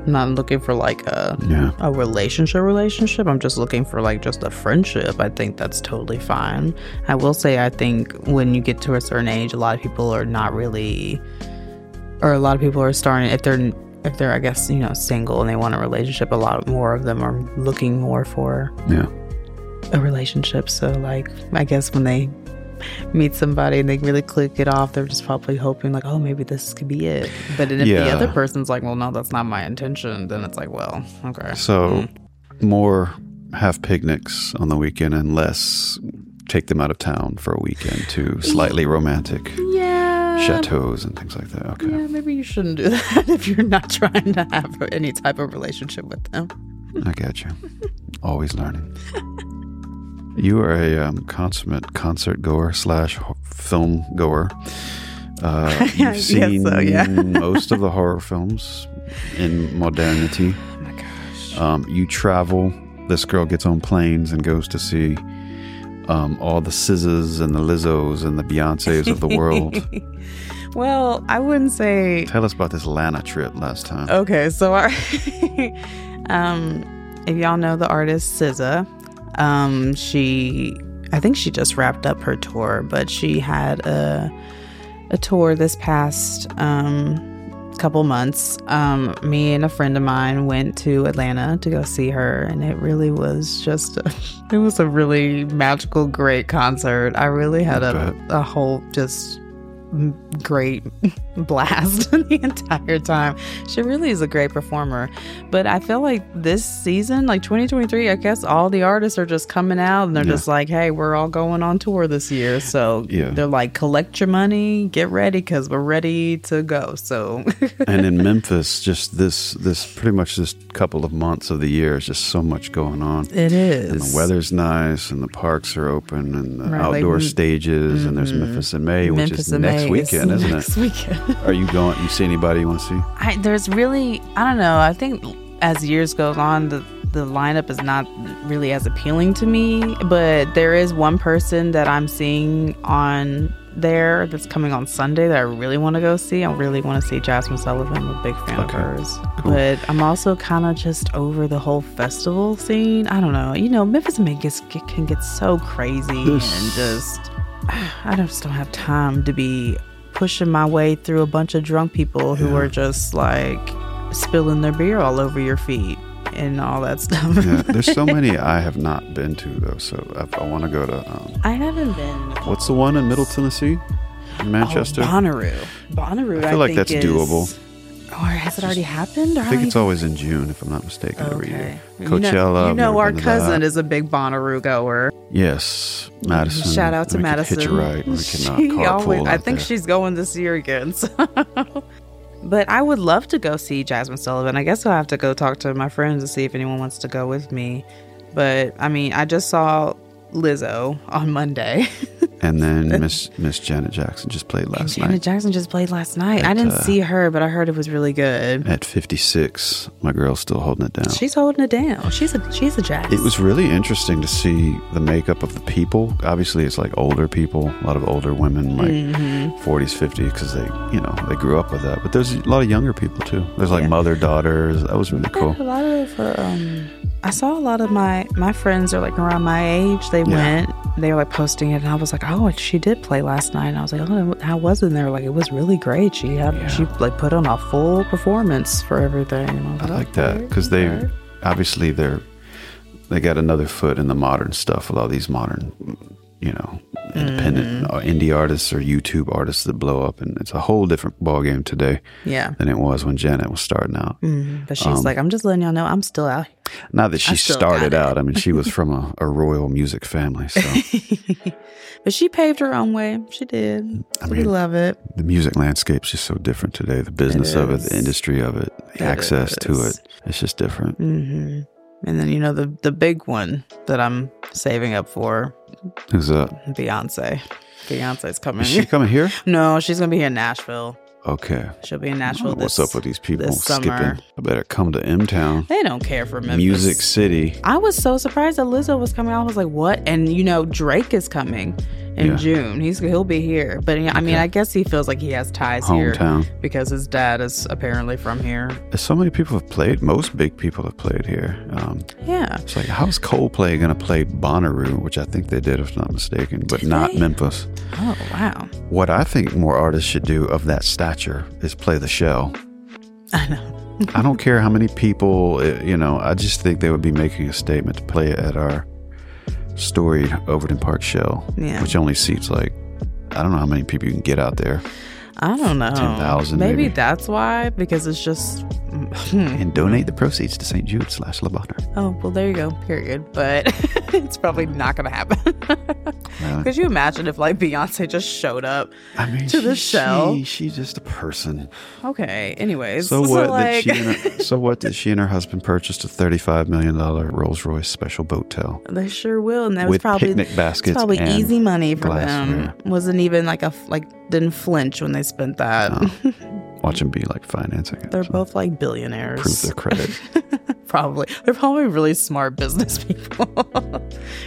Speaker 2: not looking for like a
Speaker 1: Yeah.
Speaker 2: a relationship relationship. I'm just looking for like just a friendship. I think that's totally fine. I will say I think when you get to a certain age, a lot of people are not really or a lot of people are starting if they're if they're I guess you know single and they want a relationship. A lot more of them are looking more for
Speaker 1: Yeah.
Speaker 2: a relationship. So like I guess when they meet somebody and they really click it off, they're just probably hoping like oh maybe this could be it. But then if the
Speaker 1: Yeah.
Speaker 2: other person's like well no that's not my intention, then it's like well okay
Speaker 1: So more have picnics on the weekend and less take them out of town for a weekend to slightly romantic
Speaker 2: yeah
Speaker 1: chateaus and things like that. Okay.
Speaker 2: Yeah, maybe you shouldn't do *laughs* that if you're not trying to have any type of relationship with them.
Speaker 1: I got you. Always learning. You are a um, consummate concert goer slash ho- film goer. Uh, you've
Speaker 2: guess so,
Speaker 1: seen
Speaker 2: yeah.
Speaker 1: *laughs* most of the horror films in modernity. Oh my gosh! Um, you travel. This girl gets on planes and goes to see um, all the Scissors and the Lizzos and the Beyonces of the world.
Speaker 2: Well, I wouldn't say
Speaker 1: Tell us about this Lana trip last time.
Speaker 2: Okay, so our, *laughs* um, if y'all know the artist SZA, um, she, I think she just wrapped up her tour, but she had a a tour this past um, couple months. Um, me and a friend of mine went to Atlanta to go see her, and it really was just it was a *laughs* really magical, great concert. I really had a, a whole just great *laughs* blast *laughs* the entire time. She really is a great performer. But I feel like this season, like 2023, I guess all the artists are just coming out and they're just like, hey, we're all going on tour this year. So
Speaker 1: Yeah.
Speaker 2: they're like, collect your money, get ready because we're ready to go. So
Speaker 1: and in Memphis, just this this pretty much this couple of months of the year is just so much going on.
Speaker 2: it *laughs* is.
Speaker 1: and the weather's nice, and the parks are open, and the
Speaker 2: Right, like
Speaker 1: outdoor
Speaker 2: we-
Speaker 1: stages, and there's Memphis in May, which
Speaker 2: Memphis
Speaker 1: is
Speaker 2: in
Speaker 1: next
Speaker 2: May is
Speaker 1: weekend, isn't
Speaker 2: next
Speaker 1: it?
Speaker 2: weekend.
Speaker 1: Are you going? You see anybody you want
Speaker 2: *laughs*
Speaker 1: to see?
Speaker 2: I, there's really, I don't know. I think as years goes on, the the lineup is not really as appealing to me. But there is one person that I'm seeing on there that's coming on Sunday that I really want to go see. I really want to see Jasmine Sullivan. I'm a big fan of
Speaker 1: Okay.
Speaker 2: hers.
Speaker 1: Cool.
Speaker 2: But I'm also kind of just over the whole festival scene. I don't know. You know, Memphis and Vegas get- can get so crazy and just I just don't have time to be pushing my way through a bunch of drunk people who are just like spilling their beer all over your feet and all that stuff.
Speaker 1: Yeah, Uh,
Speaker 2: *laughs*
Speaker 1: there's so many I have not been to though, so I, I want to go to. Um,
Speaker 2: I haven't been.
Speaker 1: what's the one in Middle Tennessee, in Manchester?
Speaker 2: Oh, Bonnaroo. Bonnaroo.
Speaker 1: I feel like
Speaker 2: think
Speaker 1: that's
Speaker 2: is- Oh,
Speaker 1: doable.
Speaker 2: Or has it already happened? Or
Speaker 1: I think
Speaker 2: don't
Speaker 1: it's always in June, if I'm not mistaken, every
Speaker 2: Okay.
Speaker 1: year.
Speaker 2: You know-
Speaker 1: Coachella.
Speaker 2: You
Speaker 1: I've
Speaker 2: know,
Speaker 1: never
Speaker 2: our
Speaker 1: been to that.
Speaker 2: cousin is a big Bonnaroo goer.
Speaker 1: Yes, Madison.
Speaker 2: Shout out to
Speaker 1: we could
Speaker 2: Madison.
Speaker 1: Hit you right. We
Speaker 2: She
Speaker 1: cannot carpool
Speaker 2: always- I
Speaker 1: out
Speaker 2: think
Speaker 1: there.
Speaker 2: she's going this year again. *laughs* so. But I would love to go see Jasmine Sullivan. I guess I'll have to go talk to my friends and see if anyone wants to go with me. But I mean, I just saw Lizzo on Monday.
Speaker 1: And
Speaker 2: *laughs*
Speaker 1: then Miss Miss Janet Jackson just played last
Speaker 2: Janet
Speaker 1: night
Speaker 2: Jackson just played last night. I
Speaker 1: uh,
Speaker 2: didn't see her, but I heard it was really good.
Speaker 1: at 56. My girl's still holding it down.
Speaker 2: She's holding it down. She's a she's a jazz.
Speaker 1: It was really interesting to see the makeup of the people. Obviously, it's like older people, a lot of older women, like
Speaker 2: Mm-hmm.
Speaker 1: 40s, 50s, because they, you know, they grew up with that. But there's a lot of younger people too. There's like mother daughters. That was really cool.
Speaker 2: A lot of um, I saw a lot of my my friends are like around my age. They
Speaker 1: Yeah.
Speaker 2: went, they were like posting it, and I was like, oh, she did play last night. And I was like, oh, how was it? And they were like, it was really great. She had she like put on a full performance for everything. And I was
Speaker 1: I like that because they obviously they're they got another foot in the modern stuff with all these modern, you know, independent
Speaker 2: Mm-hmm.
Speaker 1: uh indie artists or YouTube artists that blow up, and it's a whole different ballgame today
Speaker 2: yeah. Mm-hmm.
Speaker 1: than it was when Janet was starting out.
Speaker 2: But she's
Speaker 1: um,
Speaker 2: like, I'm just letting y'all know, I'm still out. here."
Speaker 1: Not that she
Speaker 2: still got
Speaker 1: started
Speaker 2: it.
Speaker 1: out. I mean, she
Speaker 2: *laughs*
Speaker 1: was from a, a royal music family, so
Speaker 2: But she paved her own way. She did. we
Speaker 1: mean,
Speaker 2: love it.
Speaker 1: the music landscape's just so different today. The business of it,
Speaker 2: is.
Speaker 1: the industry of it, the access to
Speaker 2: is. Mm-hmm.
Speaker 1: it, it's just different.
Speaker 2: And then you know the the big one that I'm saving up for,
Speaker 1: Who's up?
Speaker 2: Beyonce. Beyonce's coming.
Speaker 1: Is she coming here?
Speaker 2: *laughs* no, she's gonna be here in Nashville.
Speaker 1: Okay.
Speaker 2: She'll be in
Speaker 1: I
Speaker 2: Nashville.
Speaker 1: don't know
Speaker 2: This,
Speaker 1: what's up with these people
Speaker 2: this
Speaker 1: skipping?
Speaker 2: summer.
Speaker 1: I better come to M Town,
Speaker 2: They don't care for Memphis.
Speaker 1: Music City.
Speaker 2: I was so surprised that Lizzo was coming. I was like, "What?" And you know, Drake is coming in
Speaker 1: Yeah.
Speaker 2: June. He's he'll be here. But yeah, I mean, I guess he feels like he has ties
Speaker 1: Hometown.
Speaker 2: here because his dad is apparently from here.
Speaker 1: So many people have played. Most big people have played here. Um,
Speaker 2: Yeah.
Speaker 1: it's like, how's Coldplay going to play Bonnaroo, which I think they did, if not mistaken, but not Memphis.
Speaker 2: Oh wow.
Speaker 1: What I think more artists should do of that stature is play the shell.
Speaker 2: I know.
Speaker 1: I don't care how many people, uh, you know, I just think they would be making a statement to play it at our storied Overton Park shell,
Speaker 2: Yeah.
Speaker 1: which only seats like, I don't know how many people you can get out there.
Speaker 2: I don't know.
Speaker 1: 10,000 maybe.
Speaker 2: that's why because it's just. *laughs*
Speaker 1: and donate the proceeds to St. Jude slash Lebanon.
Speaker 2: Oh well, there you go. Period. But *laughs* it's probably not gonna happen. *laughs* Could you imagine if like Beyonce just showed up?
Speaker 1: I mean,
Speaker 2: To the
Speaker 1: she-
Speaker 2: shell.
Speaker 1: She, she's just a person.
Speaker 2: Okay. Anyways.
Speaker 1: So what?
Speaker 2: like-
Speaker 1: that she and her, so what? That she and her husband purchased a thirty-five million dollar Rolls Royce special boat tail.
Speaker 2: *laughs* They sure will, and that was
Speaker 1: With
Speaker 2: probably
Speaker 1: picnic
Speaker 2: it's
Speaker 1: baskets
Speaker 2: Probably
Speaker 1: and
Speaker 2: easy money for
Speaker 1: glassware.
Speaker 2: them. Wasn't even like a f- like didn't flinch when they spent that.
Speaker 1: Watch them be like financing it.
Speaker 2: *laughs* They're
Speaker 1: So
Speaker 2: both like billionaires.
Speaker 1: prove their credit.
Speaker 2: *laughs* probably they're probably really smart business *laughs* people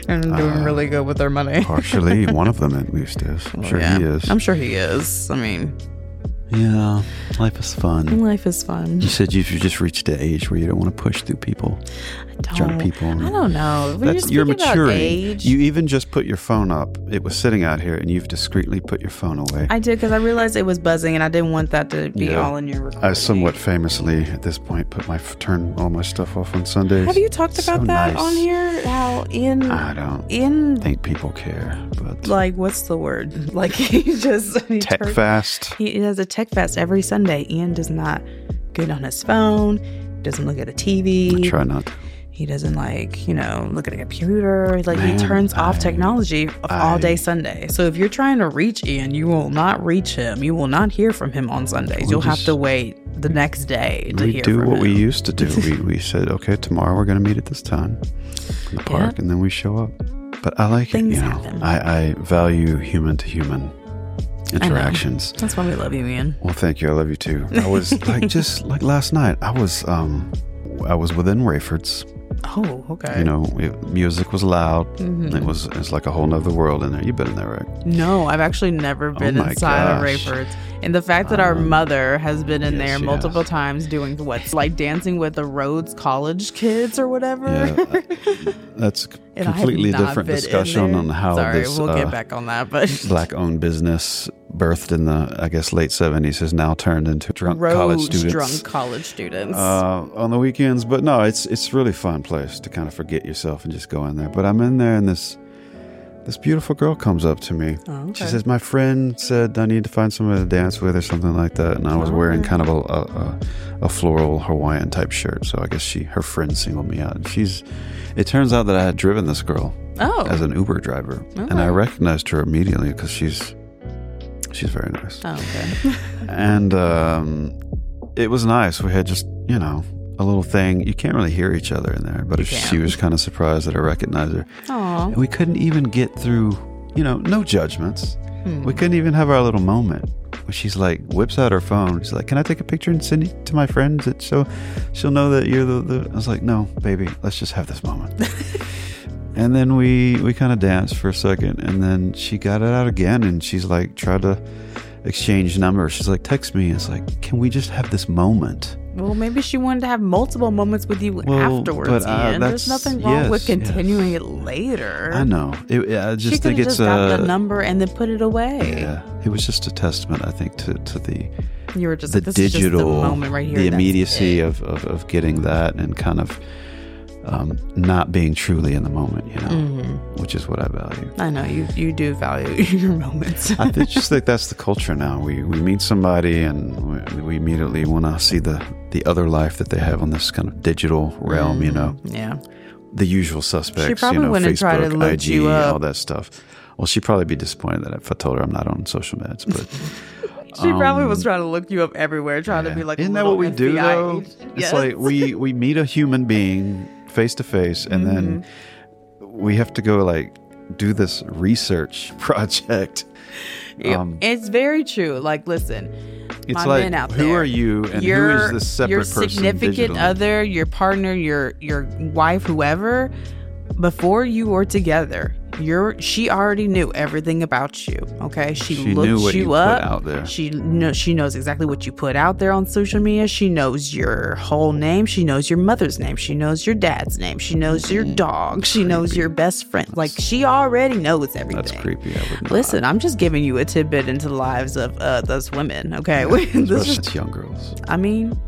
Speaker 2: and doing
Speaker 1: Uh,
Speaker 2: really good with their money.
Speaker 1: Partially, one of them at least is. I'm sure
Speaker 2: yeah,
Speaker 1: he is.
Speaker 2: I'm sure he is. I mean,
Speaker 1: yeah, life is fun.
Speaker 2: life is fun.
Speaker 1: You said you've just reached the age where you don't want to push through people.
Speaker 2: don't.
Speaker 1: Trying to people.
Speaker 2: I don't know. When
Speaker 1: That's
Speaker 2: you're,
Speaker 1: you're
Speaker 2: speaking
Speaker 1: maturing.
Speaker 2: About age,
Speaker 1: You even just put your phone up. It was sitting out here, and you've discreetly put your phone away.
Speaker 2: I did because I realized it was buzzing, and I didn't want that to be
Speaker 1: Yeah.
Speaker 2: all in your recording.
Speaker 1: I somewhat famously, at this point, put my f- turn all my stuff off on Sundays.
Speaker 2: Have you talked
Speaker 1: So
Speaker 2: about that
Speaker 1: nice.
Speaker 2: on here? How in
Speaker 1: I don't
Speaker 2: in
Speaker 1: think people care, but
Speaker 2: like what's the word? *laughs* Like he just he
Speaker 1: tech
Speaker 2: turns-
Speaker 1: fast.
Speaker 2: He has a tech fest every Sunday. Ian does not get on his phone. Doesn't look at the TV.
Speaker 1: Try not. to.
Speaker 2: He doesn't like, you know, look at a computer. Like
Speaker 1: Man,
Speaker 2: he turns off
Speaker 1: I-
Speaker 2: technology of all
Speaker 1: I-
Speaker 2: day Sunday. So if you're trying to reach Ian, you will not reach him. You will not hear from him on Sundays. You'll have
Speaker 1: just-
Speaker 2: to wait the next day to
Speaker 1: We
Speaker 2: hear
Speaker 1: do
Speaker 2: from
Speaker 1: what
Speaker 2: him.
Speaker 1: we used to
Speaker 2: *laughs*
Speaker 1: do. we, we said, okay, tomorrow we're going to meet at this time in the park, and then we show up. But I like
Speaker 2: Things
Speaker 1: it, you know.
Speaker 2: happen.
Speaker 1: I, I value human to human interactions.
Speaker 2: That's why we love you, Ian.
Speaker 1: Well, thank you. I love you too. I was
Speaker 2: *laughs*
Speaker 1: like just like last night. I was um, I was within Rayford's.
Speaker 2: Oh, okay.
Speaker 1: You know, it, music was loud.
Speaker 2: Mm-hmm.
Speaker 1: It was it's like a whole nother world in there. You've been in there, right?
Speaker 2: *laughs* No, I've actually never been
Speaker 1: Oh my
Speaker 2: inside
Speaker 1: gosh.
Speaker 2: of Rayford's. And the fact that our mother has been in
Speaker 1: yes,
Speaker 2: there
Speaker 1: she
Speaker 2: multiple
Speaker 1: has.
Speaker 2: times doing what's like dancing with the Rhodes College kids or whatever.
Speaker 1: Yeah, That's c-
Speaker 2: *laughs* And I have
Speaker 1: completely
Speaker 2: not
Speaker 1: different
Speaker 2: been in
Speaker 1: discussion
Speaker 2: there.
Speaker 1: on how
Speaker 2: Sorry,
Speaker 1: this
Speaker 2: we'll get
Speaker 1: uh,
Speaker 2: back on
Speaker 1: *laughs*
Speaker 2: that, but *laughs*
Speaker 1: black-owned business birthed in the I guess late '70s has now turned into drunk college
Speaker 2: Rhodes
Speaker 1: students.
Speaker 2: drunk college students.
Speaker 1: uh, on the weekends. But no, it's it's really fun place to kind of forget yourself and just go in there. But I'm in there, and this this beautiful girl comes up to me. She
Speaker 2: Oh, okay.
Speaker 1: says, "My friend said I need to find somebody to dance with or something like that." And I
Speaker 2: Oh,
Speaker 1: was wearing kind of a a, a, a floral Hawaiian type shirt, so I guess she her friend singled me out. And she's it turns out that I had driven this girl
Speaker 2: oh,
Speaker 1: as an Uber driver, and I recognized her immediately because she's she's very nice
Speaker 2: Oh, okay.
Speaker 1: *laughs* and um, it was nice. We had just you know a little thing. You can't really hear each other in there, but she was kind of surprised that I recognized her.
Speaker 2: Aw.
Speaker 1: And we couldn't even get through. You know, no judgments.
Speaker 2: Hmm.
Speaker 1: We couldn't even have our little moment. Where she's like, whips out her phone. She's like, "Can I take a picture and send it to my friends? That so she'll know that you're the, the." I was like, "No, baby, let's just have this moment." and then we we kind of danced for a second, and then she got it out again, and she's like, tried to exchange numbers. She's like, "Text me." It's like, "Can we just have this moment?"
Speaker 2: Well, maybe she wanted to have multiple moments with you
Speaker 1: Well,
Speaker 2: afterwards,
Speaker 1: but, uh,
Speaker 2: Ian. There's
Speaker 1: that's-
Speaker 2: nothing wrong with
Speaker 1: yes, yes.
Speaker 2: continuing it later.
Speaker 1: I know. It, I just
Speaker 2: She could
Speaker 1: think
Speaker 2: have
Speaker 1: it's
Speaker 2: just
Speaker 1: a.
Speaker 2: got the number and then put it away.
Speaker 1: yeah, it was just a testament, I think, to, to the
Speaker 2: You were just
Speaker 1: the
Speaker 2: like, this is
Speaker 1: digital,
Speaker 2: just the moment right here.
Speaker 1: the
Speaker 2: that's
Speaker 1: immediacy
Speaker 2: it.
Speaker 1: of, of, of getting that and kind of um, not being truly in the moment, you know,
Speaker 2: Mm-hmm.
Speaker 1: which is what I value.
Speaker 2: I know you. You do value *laughs* your moments.
Speaker 1: I th- just think that's the culture now. We we meet somebody and we, we immediately want to see the, the other life that they have on this kind of digital realm, you know,
Speaker 2: yeah.
Speaker 1: the usual suspects,
Speaker 2: Mm. She probably
Speaker 1: you know,
Speaker 2: wouldn't
Speaker 1: Facebook,
Speaker 2: try to look
Speaker 1: IG,
Speaker 2: you up.
Speaker 1: all that stuff. Well, she'd probably be disappointed that if I told her I'm not on social meds,
Speaker 2: *laughs*
Speaker 1: but
Speaker 2: She probably was trying to look you up everywhere, trying to be like. a
Speaker 1: Isn't that
Speaker 2: little
Speaker 1: what we do
Speaker 2: FBI
Speaker 1: though?
Speaker 2: agent.
Speaker 1: It's
Speaker 2: Yes.
Speaker 1: like we we meet a human being face to face, and then
Speaker 2: Mm-hmm.
Speaker 1: we have to go like do this research *laughs* project.
Speaker 2: Yep.
Speaker 1: um,
Speaker 2: it's very true. Like, listen,
Speaker 1: It's
Speaker 2: my
Speaker 1: like
Speaker 2: men out
Speaker 1: who
Speaker 2: there.
Speaker 1: are you and
Speaker 2: your,
Speaker 1: who is this separate
Speaker 2: your
Speaker 1: person?
Speaker 2: significant
Speaker 1: digitally?
Speaker 2: other, your partner, your your wife, whoever, before you were together, you're she already knew everything about you. Okay, she,
Speaker 1: She
Speaker 2: looked
Speaker 1: knew what
Speaker 2: you,
Speaker 1: you put
Speaker 2: up.
Speaker 1: out there.
Speaker 2: She know she knows exactly what you put out there on social media. She knows your whole name. She knows your mother's name. She knows your dad's name. She knows
Speaker 1: Mm-hmm.
Speaker 2: your dog. She knows your best friend. Like she already knows everything.
Speaker 1: That's creepy. I
Speaker 2: *laughs*
Speaker 1: would not.
Speaker 2: Listen, I'm just giving you a tidbit into the lives of uh, those women. Okay, *laughs* this is
Speaker 1: Especially young girls.
Speaker 2: I mean,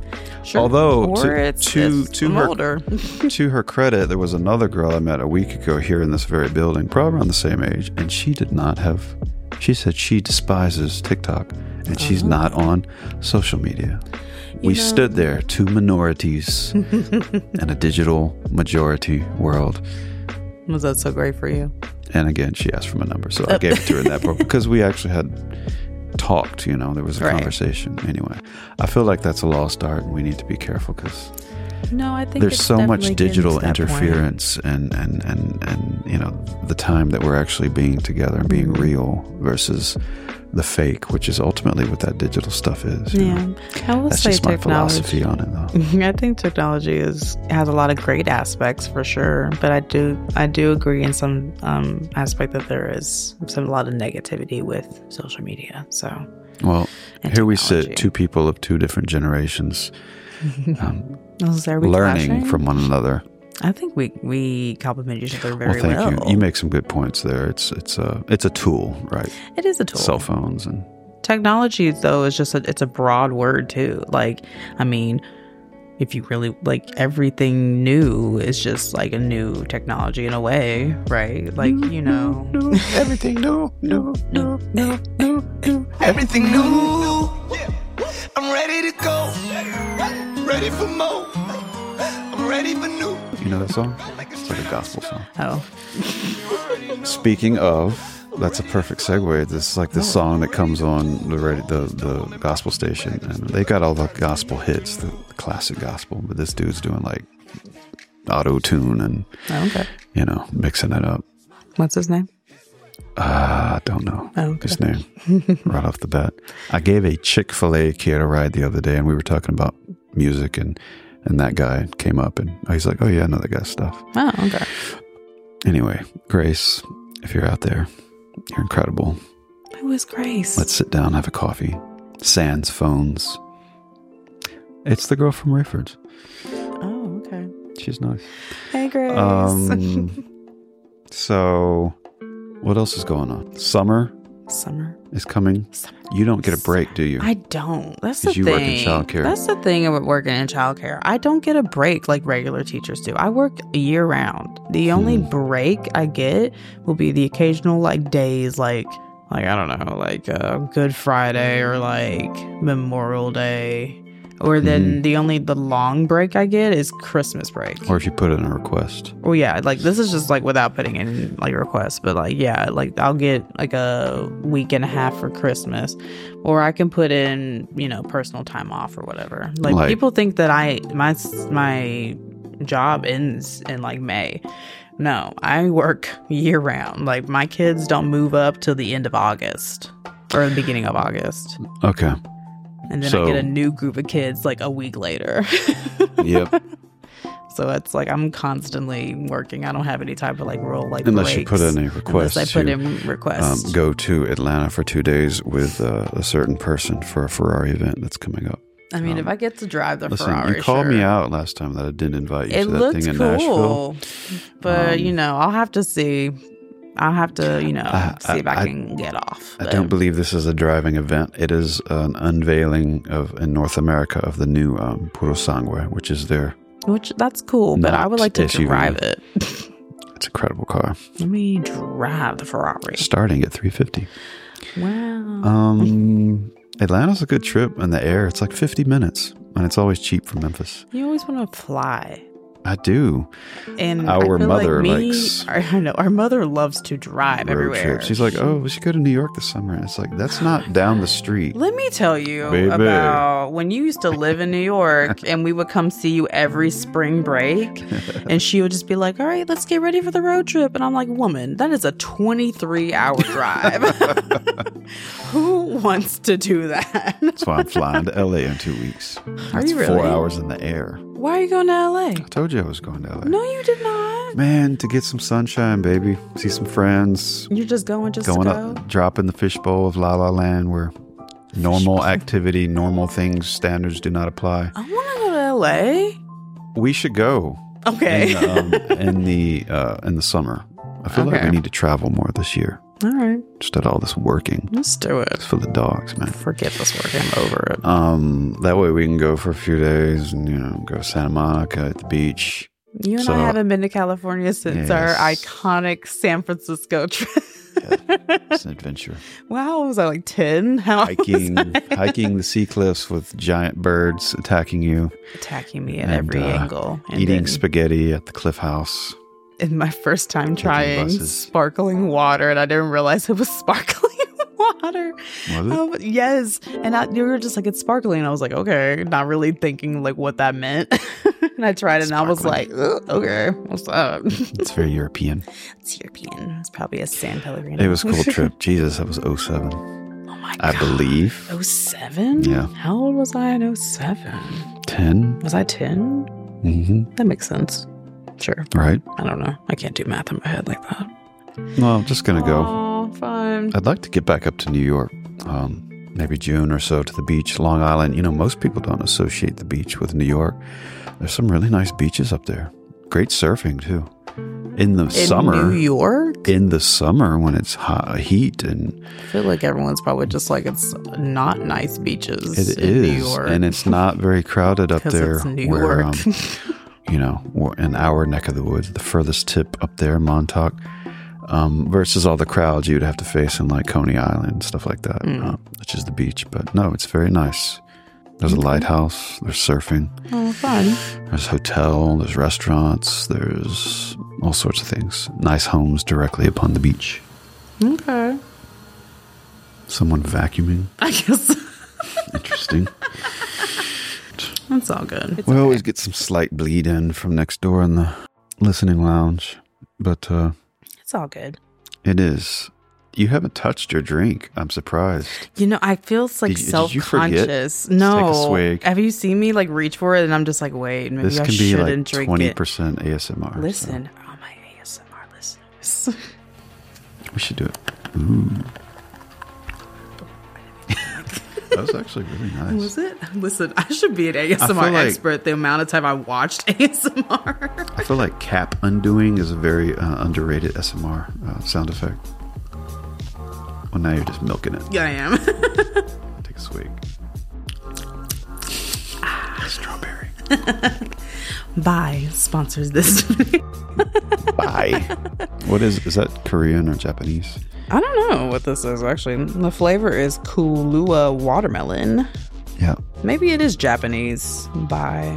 Speaker 2: sure.
Speaker 1: Although,
Speaker 2: or
Speaker 1: to-
Speaker 2: it's
Speaker 1: to-
Speaker 2: it's
Speaker 1: to
Speaker 2: I'm
Speaker 1: her-
Speaker 2: older. *laughs*
Speaker 1: to her credit, there was another girl I met a week ago here in this very building, probably around the same age, and she did not have. She said she despises TikTok and she's not on social media. we
Speaker 2: Oh. know-
Speaker 1: stood there, two minorities *laughs* in a digital majority world.
Speaker 2: Was that so great for you?
Speaker 1: And again, she asked for my number, so
Speaker 2: Oh.
Speaker 1: I gave it to her in that
Speaker 2: *laughs*
Speaker 1: part because we actually had talked, you know, there was a
Speaker 2: Right.
Speaker 1: conversation. Anyway, I feel like that's a lost art and we need to be careful because
Speaker 2: No, I think
Speaker 1: there's so much digital interference and, and and and you know the time that we're actually being together and being
Speaker 2: Mm-hmm.
Speaker 1: real versus the fake which is ultimately what that digital stuff is you know?
Speaker 2: Yeah, I will
Speaker 1: that's
Speaker 2: say
Speaker 1: just my
Speaker 2: technology.
Speaker 1: philosophy on it though
Speaker 2: *laughs* I think technology is has a lot of great aspects for sure, but I do I do agree in some um, aspect that there is some a lot of negativity with social media. So
Speaker 1: well
Speaker 2: And
Speaker 1: here we
Speaker 2: technology.
Speaker 1: sit two people of two different generations
Speaker 2: Oh, is there we
Speaker 1: learning
Speaker 2: clashing?
Speaker 1: from one another
Speaker 2: I think we we compliment each other
Speaker 1: Well,
Speaker 2: very well.
Speaker 1: thank you. You make some good points there. It's it's a it's a tool, right?
Speaker 2: it is a tool.
Speaker 1: Cell phones and
Speaker 2: Technology though is just a, it's a broad word too. Like I mean, if you really like everything new is just like a new technology in a way, right? Like you know,
Speaker 1: everything. No, no, no, no, no, no.
Speaker 6: Everything new. I'm ready to go. Ready for more. I'm ready for new.
Speaker 1: You know that song? It's like a gospel song.
Speaker 2: oh,
Speaker 1: Speaking of, that's a perfect segue. This is like the song that comes on the radio, the the gospel station, and they got all the gospel hits, the classic gospel. But this dude's doing like auto tune and
Speaker 2: Oh, okay.
Speaker 1: you know mixing it up.
Speaker 2: What's his name?
Speaker 1: Ah, I don't know
Speaker 2: Oh, okay.
Speaker 1: his name
Speaker 2: *laughs*
Speaker 1: right off the bat. I gave a Chick fil A kid a ride the other day, and we were talking about music, and, and that guy came up and he's like, Oh, yeah, I know that guy's stuff.
Speaker 2: Oh, okay.
Speaker 1: Anyway, Grace, if you're out there, you're incredible.
Speaker 2: Who is Grace?
Speaker 1: Let's sit down, have a coffee. Sans phones. It's the girl from Rayford's.
Speaker 2: oh, okay.
Speaker 1: She's
Speaker 2: *laughs*
Speaker 1: nice.
Speaker 2: Hey, Grace.
Speaker 1: Um, so, what else is going on? Summer
Speaker 2: Summer.
Speaker 1: is coming. You don't get a break, do you?
Speaker 2: I don't. That's the
Speaker 1: 'Cause you
Speaker 2: thing.
Speaker 1: work in childcare.
Speaker 2: That's the thing about working in childcare. I don't get a break like regular teachers do. I work year round. The only
Speaker 1: Hmm.
Speaker 2: break I get will be the occasional like days, like like I don't know, like uh, Good Friday or like Memorial Day, or
Speaker 1: Hmm.
Speaker 2: then the only the long break I get is Christmas break.
Speaker 1: or if you put in a request.
Speaker 2: Well, yeah, like this is just like without putting in like requests, but like yeah, like I'll get like a week and a half for Christmas, or I can put in you know personal time off or whatever. Like,
Speaker 1: Like-
Speaker 2: people think that I my s- my job ends in like May. No, I work year round. Like my kids don't move up till the end of August or the beginning of August,
Speaker 1: Okay.
Speaker 2: and then
Speaker 1: So-
Speaker 2: I get a new group of kids like a week later. *laughs*
Speaker 1: *laughs* Yep.
Speaker 2: So it's like I'm constantly working. I don't have any type of like real like
Speaker 1: Unless you
Speaker 2: breaks.
Speaker 1: put in a request
Speaker 2: Unless I put
Speaker 1: to,
Speaker 2: in
Speaker 1: Um,
Speaker 2: requests.
Speaker 1: go to Atlanta for two days with uh, a certain person for a Ferrari event that's coming up.
Speaker 2: I mean, if I get to drive the
Speaker 1: Listen,
Speaker 2: Ferrari,
Speaker 1: you called me
Speaker 2: sure.
Speaker 1: out last time that I didn't invite you
Speaker 2: It
Speaker 1: to that
Speaker 2: looks
Speaker 1: thing in Nashville. Um,
Speaker 2: cool, but you know, I'll have to see. I'll have to, you know, see if I,
Speaker 1: I-
Speaker 2: can get off.
Speaker 1: I
Speaker 2: but-
Speaker 1: don't believe this is a driving event. It is an unveiling of in North America of the new um, Puro Sangue, which is their
Speaker 2: which that's cool, but I would
Speaker 1: Not
Speaker 2: like to
Speaker 1: SUV.
Speaker 2: drive it.
Speaker 1: it's an incredible car
Speaker 2: Let me drive the Ferrari.
Speaker 1: starting at 350.
Speaker 2: Wow. *laughs*
Speaker 1: Um, Atlanta's a good trip in the air. It's like 50 minutes, and it's always cheap from Memphis.
Speaker 2: you always want to fly.
Speaker 1: I do.
Speaker 2: And
Speaker 1: Our
Speaker 2: I feel
Speaker 1: mother
Speaker 2: like me,
Speaker 1: likes
Speaker 2: I know our mother loves to drive
Speaker 1: road
Speaker 2: everywhere.
Speaker 1: trip. She's like, oh, we should go to New York this summer. And it's like, that's not down the street.
Speaker 2: Let me tell you
Speaker 1: Baby.
Speaker 2: about when you used to live in
Speaker 1: *laughs*
Speaker 2: New York and we would come see you every spring break. And she would just be like, All right, let's get ready for the road trip. And I'm like, Woman, that is a
Speaker 1: *laughs*
Speaker 2: 23 hour drive. *laughs* Who wants to do that?
Speaker 1: That's why I'm flying to LA in two weeks.
Speaker 2: *laughs*
Speaker 1: That's
Speaker 2: you
Speaker 1: four
Speaker 2: really?
Speaker 1: hours in the air.
Speaker 2: Why are you going to LA?
Speaker 1: I told you I was going to LA.
Speaker 2: No, you did not.
Speaker 1: Man, to get some sunshine, baby. See some friends.
Speaker 2: You're just going just
Speaker 1: Going
Speaker 2: to go.
Speaker 1: up, dropping the fishbowl of La La Land where normal activity, normal things, standards do not apply.
Speaker 2: I want to go to
Speaker 1: We should go.
Speaker 2: LA. Okay.
Speaker 1: in,
Speaker 2: *laughs*
Speaker 1: um, in the uh, in the summer. I feel like
Speaker 2: Okay.
Speaker 1: we need to travel more this year.
Speaker 2: All right,
Speaker 1: Just at all this working
Speaker 2: let's do it.
Speaker 1: It's for the dogs, man.
Speaker 2: Forget this work. I'm over it.
Speaker 1: Um, that way we can go for a few days and you know go to Santa Monica at the beach.
Speaker 2: You and
Speaker 1: So-
Speaker 2: I haven't been to California since our
Speaker 1: Yes.
Speaker 2: iconic San Francisco *laughs* trip.
Speaker 1: It's an
Speaker 2: *laughs*
Speaker 1: adventure.
Speaker 2: wow, was I like 10? How
Speaker 1: Hiking, hiking the sea cliffs with giant birds attacking you,
Speaker 2: attacking me at
Speaker 1: And,
Speaker 2: every
Speaker 1: uh,
Speaker 2: angle. And
Speaker 1: eating
Speaker 2: then
Speaker 1: spaghetti at the cliff house.
Speaker 2: in my first time trying
Speaker 1: buses.
Speaker 2: sparkling water, and I didn't realize it was *laughs* sparkling water.
Speaker 1: Was it?
Speaker 2: Oh, but yes. And I, you were just like, it's sparkling. And I was like, okay, not really thinking like what that meant. *laughs* and I tried it and I was like,
Speaker 1: Sparkling.
Speaker 2: "Ugh, okay, what's up? *laughs*
Speaker 1: It's very European.
Speaker 2: it's European. It's probably a San Pellegrino.
Speaker 1: It
Speaker 2: *laughs*
Speaker 1: was a cool trip. Jesus, that was 07,
Speaker 2: oh my
Speaker 1: I
Speaker 2: God. Oh.
Speaker 1: believe.
Speaker 2: 07?
Speaker 1: Yeah.
Speaker 2: How old was I in 07?
Speaker 1: 10.
Speaker 2: Was I 10?
Speaker 1: hmm
Speaker 2: That makes sense. Sure.
Speaker 1: Right.
Speaker 2: I don't know. I can't do math in my head like that.
Speaker 1: Well, I'm just gonna go.
Speaker 2: Oh, fun.
Speaker 1: I'd like to get back up to New York, um, maybe June or so, to the beach, Long Island. You know, most people don't associate the beach with New York. There's some really nice beaches up there. great surfing too. In the
Speaker 2: in
Speaker 1: summer,
Speaker 2: New York.
Speaker 1: in the summer when it's hot heat and
Speaker 2: I feel like everyone's probably just like it's not nice beaches.
Speaker 1: it is,
Speaker 2: in New York.
Speaker 1: and it's not very crowded up
Speaker 2: 'Cause
Speaker 1: there.
Speaker 2: it's New
Speaker 1: where,
Speaker 2: York.
Speaker 1: um, you know, we're in our neck of the woods, the furthest tip up there, Montauk, um, versus all the crowds you'd have to face in like Coney Island and stuff like that,
Speaker 2: Mm.
Speaker 1: uh, which is the beach. But no, it's very nice. There's a lighthouse. There's surfing.
Speaker 2: oh, fun.
Speaker 1: There's hotel, there's restaurants, there's all sorts of things. Nice homes directly upon the beach.
Speaker 2: Okay. *laughs*
Speaker 1: Someone vacuuming.
Speaker 2: I guess *laughs*
Speaker 1: Interesting.
Speaker 2: that's all good.
Speaker 1: we always get some slight bleed in from next door in the listening lounge, but uh,
Speaker 2: It's all good.
Speaker 1: it is. You haven't touched your drink. I'm surprised.
Speaker 2: You know, I feel like
Speaker 1: Did you- did you forget? Let's
Speaker 2: self-conscious.
Speaker 1: take a
Speaker 2: No,
Speaker 1: swig.
Speaker 2: have you seen me like reach for it and I'm just like, wait, maybe
Speaker 1: this
Speaker 2: I
Speaker 1: can be
Speaker 2: shouldn't
Speaker 1: like
Speaker 2: drink
Speaker 1: 20%
Speaker 2: it.
Speaker 1: ASMR. so
Speaker 2: Listen, all my ASMR listeners.
Speaker 1: we should do it. Ooh. that was actually
Speaker 2: *laughs*
Speaker 1: really nice.
Speaker 2: *laughs* Was it? Listen, I should be an ASMR
Speaker 1: like-
Speaker 2: expert. The amount of time I watched *laughs* ASMR.
Speaker 1: I feel like cap undoing is a very uh, underrated SMR uh, sound effect. Well, now you're just milking it.
Speaker 2: yeah, I am. *laughs*
Speaker 1: Take a swig.
Speaker 2: Ah.
Speaker 1: Strawberry.
Speaker 2: Bye sponsors *laughs* this.
Speaker 1: Bye.
Speaker 2: *laughs*
Speaker 1: what is is that Korean or Japanese?
Speaker 2: I don't know what this is actually. The flavor is Kulua watermelon.
Speaker 1: Yeah.
Speaker 2: Maybe it is Japanese by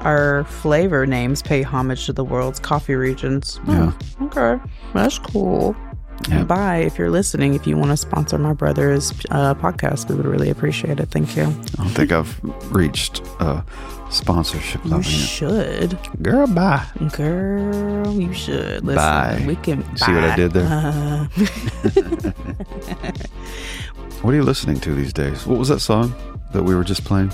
Speaker 2: our flavor names pay homage to the world's coffee regions.
Speaker 1: Yeah.
Speaker 2: Oh, okay. That's cool.
Speaker 1: Yeah.
Speaker 2: Bye. If you're listening, if you want to sponsor my brother's uh, podcast, we would really appreciate it. Thank you.
Speaker 1: I don't think I've reached uh, sponsorship
Speaker 2: You
Speaker 1: level yet.
Speaker 2: should.
Speaker 1: Girl, bye.
Speaker 2: Girl, you should. Listen,
Speaker 1: Bye.
Speaker 2: we can
Speaker 1: See what I
Speaker 2: bye.
Speaker 1: did there?
Speaker 2: *laughs*
Speaker 1: what are you listening to these days? What was that song that we were just playing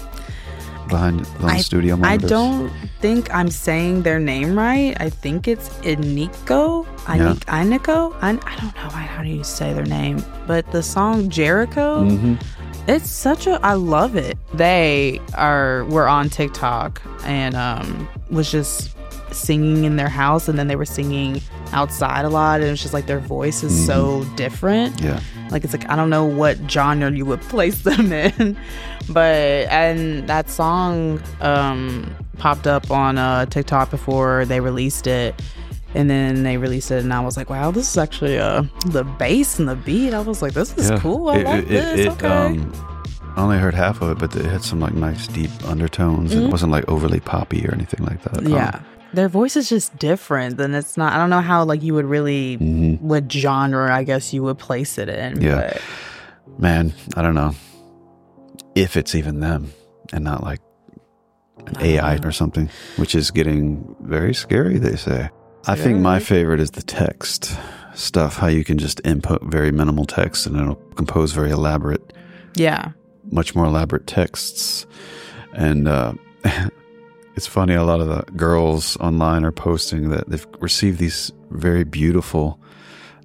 Speaker 1: behind, behind
Speaker 2: I,
Speaker 1: studio
Speaker 2: I
Speaker 1: monitors?
Speaker 2: don't think I'm saying their name right. I think it's Iniko. I
Speaker 1: Yeah.
Speaker 2: Iniko. I, I don't know why- how do you say their name, but the song Jericho.
Speaker 1: Mm-hmm.
Speaker 2: It's such a I love it. They are were on TikTok and um was just singing in their house and then they were singing outside a lot and it's just like their voice is so different.
Speaker 1: Mm-hmm. Yeah.
Speaker 2: Like it's like I don't know what genre you would *laughs* place them in, but and that song um, popped up on uh, TikTok before they released it, and then they released it, and I was like, wow, this is actually uh, the bass and the beat. I was like, this is
Speaker 1: Yeah.
Speaker 2: cool. I
Speaker 1: It-
Speaker 2: like
Speaker 1: it-
Speaker 2: this.
Speaker 1: it,
Speaker 2: okay.
Speaker 1: um, I only heard half of it, but it had some like nice deep undertones. It wasn't like overly poppy or anything like that. Um,
Speaker 2: Mm-hmm. yeah. Their voice is just different, and it's not. I don't know how like you would really what genre I guess you would place it in.
Speaker 1: Mm-hmm. Yeah.
Speaker 2: but-
Speaker 1: man, I don't know if it's even them and not like an AI or something, which is getting very scary. They say. I think my favorite is the text stuff. How you can just input very minimal text and it'll compose very elaborate
Speaker 2: yeah.
Speaker 1: much more elaborate texts. And uh, *laughs* it's funny, a lot of the girls online are posting that they've received these very beautiful,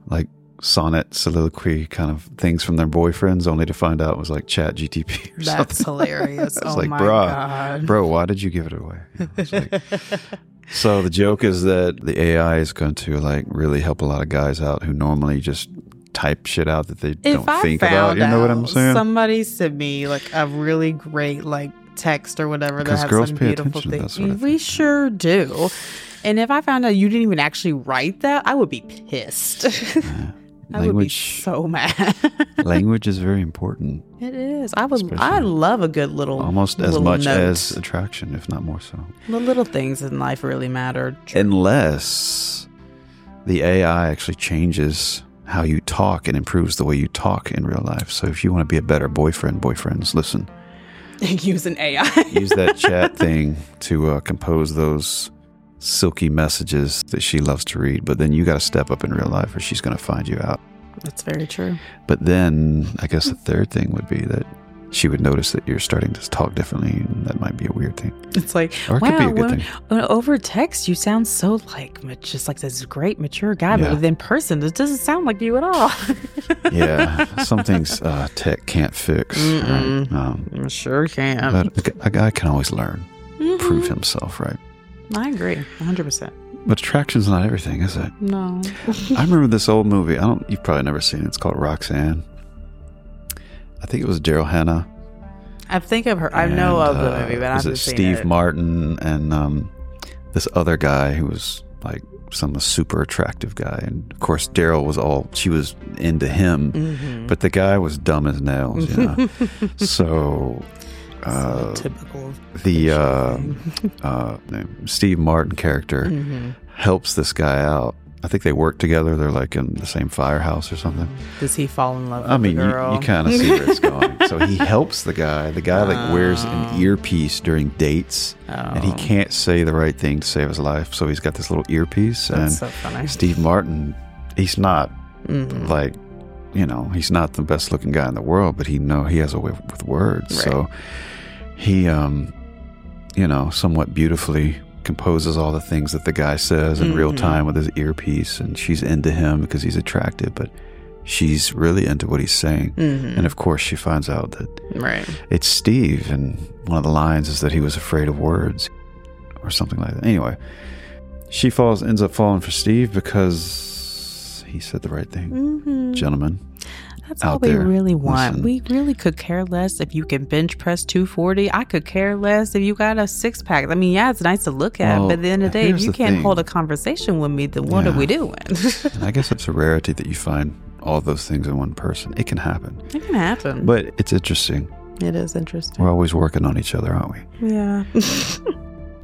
Speaker 1: like, sonnet soliloquy kind of things from their boyfriends, only to find out it was like chat GTP or something. *laughs*
Speaker 2: That's hilarious.
Speaker 1: It's
Speaker 2: oh
Speaker 1: like,
Speaker 2: my
Speaker 1: bruh,
Speaker 2: god.
Speaker 1: bro, why did you give it away? You know, it's
Speaker 2: *laughs*
Speaker 1: like- so the joke is that the AI is going to like really help a lot of guys out who normally just type shit out that they
Speaker 2: if
Speaker 1: don't
Speaker 2: I
Speaker 1: think about.
Speaker 2: found
Speaker 1: You know what I'm
Speaker 2: out
Speaker 1: saying?
Speaker 2: Somebody sent me like a really great like text or whatever that
Speaker 1: 'Cause
Speaker 2: has
Speaker 1: girls
Speaker 2: some
Speaker 1: pay
Speaker 2: beautiful
Speaker 1: attention to that
Speaker 2: things.
Speaker 1: sort of
Speaker 2: we sure do. And if I found out you didn't even actually write that, I would be pissed. *laughs* I would be
Speaker 1: Language-
Speaker 2: so mad. *laughs*
Speaker 1: Language is very important.
Speaker 2: it is. I would. I love a good little,
Speaker 1: almost as
Speaker 2: little
Speaker 1: much
Speaker 2: note.
Speaker 1: as attraction, if not more so.
Speaker 2: the little things in life really matter. *laughs*
Speaker 1: Unless the AI actually changes how you talk and improves the way you talk in real life. So if you want to be a better boyfriend, boyfriends, listen,
Speaker 2: Use an AI.
Speaker 1: use
Speaker 2: *laughs*
Speaker 1: that chat thing to uh, compose those silky messages that she loves to read. But then you got to step up in real life or she's going to find you out.
Speaker 2: That's very true.
Speaker 1: But then I guess the third thing would be that she would notice that you're starting to talk differently. And that might be a weird thing.
Speaker 2: It's like,
Speaker 1: Or it
Speaker 2: wow,
Speaker 1: could be a good
Speaker 2: when-
Speaker 1: thing.
Speaker 2: when over text, you sound so like mat- just like this great mature guy,
Speaker 1: Yeah.
Speaker 2: but within person, it doesn't sound like you
Speaker 1: *laughs*
Speaker 2: at all.
Speaker 1: yeah, some things uh, tech can't fix. Right? Um,
Speaker 2: I sure can. Mm-hmm.
Speaker 1: but a gu- a guy can always learn, prove himself, right?
Speaker 2: I agree, 100. percent
Speaker 1: But attraction's not everything, is it?
Speaker 2: No.
Speaker 1: I remember this old movie. I don't. You've probably never seen it. It's called Roxanne. I think it was Daryl Hannah.
Speaker 2: I think I've heard. I know
Speaker 1: and,
Speaker 2: of the
Speaker 1: uh,
Speaker 2: movie, but I
Speaker 1: was
Speaker 2: haven't
Speaker 1: it
Speaker 2: seen
Speaker 1: Steve
Speaker 2: it.
Speaker 1: Martin and um, this other guy who was like some super attractive guy, and of course Daryl was all she was into him,
Speaker 2: Mm-hmm.
Speaker 1: but the guy was dumb as nails, you
Speaker 2: *laughs*
Speaker 1: know. so
Speaker 2: Typical.
Speaker 1: the uh, uh, Steve Martin character helps this guy out. I think they work together. They're like in the same firehouse or something.
Speaker 2: Does he fall in love?
Speaker 1: I mean,
Speaker 2: with
Speaker 1: you,
Speaker 2: the girl?
Speaker 1: you kind of see where it's
Speaker 2: *laughs*
Speaker 1: going. so he helps the guy. The guy like wears
Speaker 2: Oh.
Speaker 1: an earpiece during dates, and he can't say the right thing to save his life. So he's got this little earpiece, and
Speaker 2: so funny.
Speaker 1: Steve Martin, he's not like, you know, he's not the best looking guy in the world, but he know he has a way with words. So he, um, you know, somewhat beautifully composes all the things that the guy says in real time with his earpiece, and she's into him because he's attractive, but she's really into what he's saying. And of course, she finds out that
Speaker 2: right.
Speaker 1: it's Steve, and one of the lines is that he was afraid of words or something like that. Anyway, she falls, ends up falling for Steve because he said the right thing, gentlemen.
Speaker 2: That's
Speaker 1: out
Speaker 2: all we
Speaker 1: there.
Speaker 2: really want.
Speaker 1: Listen.
Speaker 2: We really could care less if you can bench press 240. I could care less if you got a six pack. I mean, yeah, it's nice to look at,
Speaker 1: Well,
Speaker 2: but at the end of the day, if
Speaker 1: here's
Speaker 2: you
Speaker 1: the
Speaker 2: can't
Speaker 1: thing.
Speaker 2: hold a conversation with me, then what are
Speaker 1: Yeah.
Speaker 2: we doing? *laughs* it
Speaker 1: And I guess it's a rarity that you find all those things in one person. It can happen,
Speaker 2: can happen.
Speaker 1: but it's interesting.
Speaker 2: it is interesting.
Speaker 1: We're always working on each other, aren't we?
Speaker 2: yeah. *laughs* but it's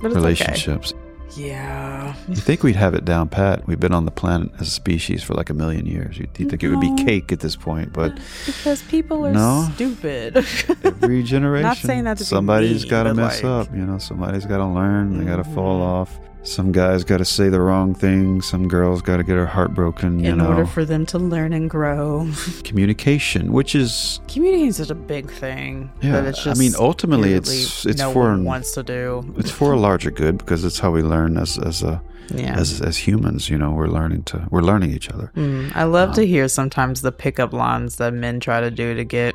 Speaker 2: okay.
Speaker 1: Relationships.
Speaker 2: Yeah.
Speaker 1: You think we'd have it down pat? We've been on the planet as a species for like a million years. You'd you'd think it would be cake at this point, but
Speaker 2: Because people are
Speaker 1: No. *laughs*
Speaker 2: stupid. *laughs*
Speaker 1: every generation.
Speaker 2: Not saying that to be
Speaker 1: somebody's
Speaker 2: mean,
Speaker 1: got to
Speaker 2: but,
Speaker 1: mess
Speaker 2: like- Mm-hmm.
Speaker 1: up. You know, somebody's got to learn. They got to fall off. Some guy's got to say the wrong thing. Some girl's got to get her heart broken. You
Speaker 2: in
Speaker 1: know,
Speaker 2: order for them to learn and grow.
Speaker 1: communication, which is
Speaker 2: Community is such a big thing.
Speaker 1: Yeah,
Speaker 2: that it's
Speaker 1: I
Speaker 2: just
Speaker 1: mean, ultimately, it's-
Speaker 2: really
Speaker 1: it's
Speaker 2: no
Speaker 1: for
Speaker 2: one
Speaker 1: an-
Speaker 2: wants to do.
Speaker 1: it's for a larger good because it's how we learn as as a
Speaker 2: Yeah. Mm.
Speaker 1: as as humans. You know, we're learning to we're learning each other.
Speaker 2: I love to hear sometimes the pickup lines that men try to do to get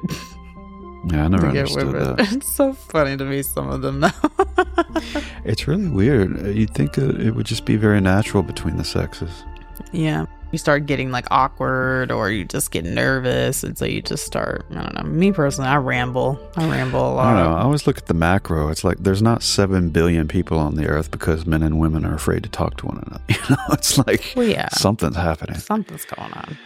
Speaker 1: Yeah, I never
Speaker 2: *laughs* to get
Speaker 1: understood
Speaker 2: women.
Speaker 1: that.
Speaker 2: It's so funny to me some of them though. *laughs*
Speaker 1: It's really weird. Uh, You'd think that it would just be very natural between the sexes.
Speaker 2: yeah. You start getting like awkward or you just get nervous and so you just start I don't know. Me personally, I ramble. I ramble a
Speaker 1: I don't know.
Speaker 2: lot.
Speaker 1: I always look at the macro. It's like there's not seven billion people on the earth because men and women are afraid to talk to one another. *laughs* You know, it's like
Speaker 2: Well,
Speaker 1: *laughs*
Speaker 2: yeah.
Speaker 1: something's happening,
Speaker 2: Something's going on.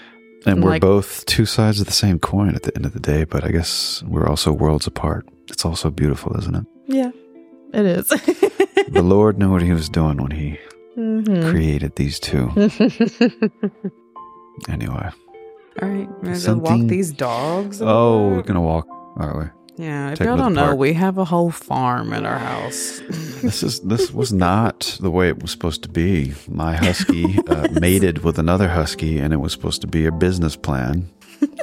Speaker 1: and we're
Speaker 2: like-
Speaker 1: both two sides of the same coin at the end of the day. But I guess we're also worlds apart. It's also beautiful, isn't
Speaker 2: *laughs*
Speaker 1: it?
Speaker 2: Yeah. It is. *laughs*
Speaker 1: the Lord knew what He was doing when He
Speaker 2: Mm-hmm. Mm.
Speaker 1: created these two. anyway,
Speaker 2: *laughs* All right. I'm gonna go walk
Speaker 1: Something-
Speaker 2: these dogs.
Speaker 1: oh, we're gonna walk, aren't we?
Speaker 2: Yeah. If
Speaker 1: Take
Speaker 2: y'all
Speaker 1: them to
Speaker 2: don't
Speaker 1: the
Speaker 2: know,
Speaker 1: park.
Speaker 2: we have a whole farm at our house.
Speaker 1: This is this was not the way it was supposed to be. My husky uh, mated with another husky, and it was supposed to be a business plan.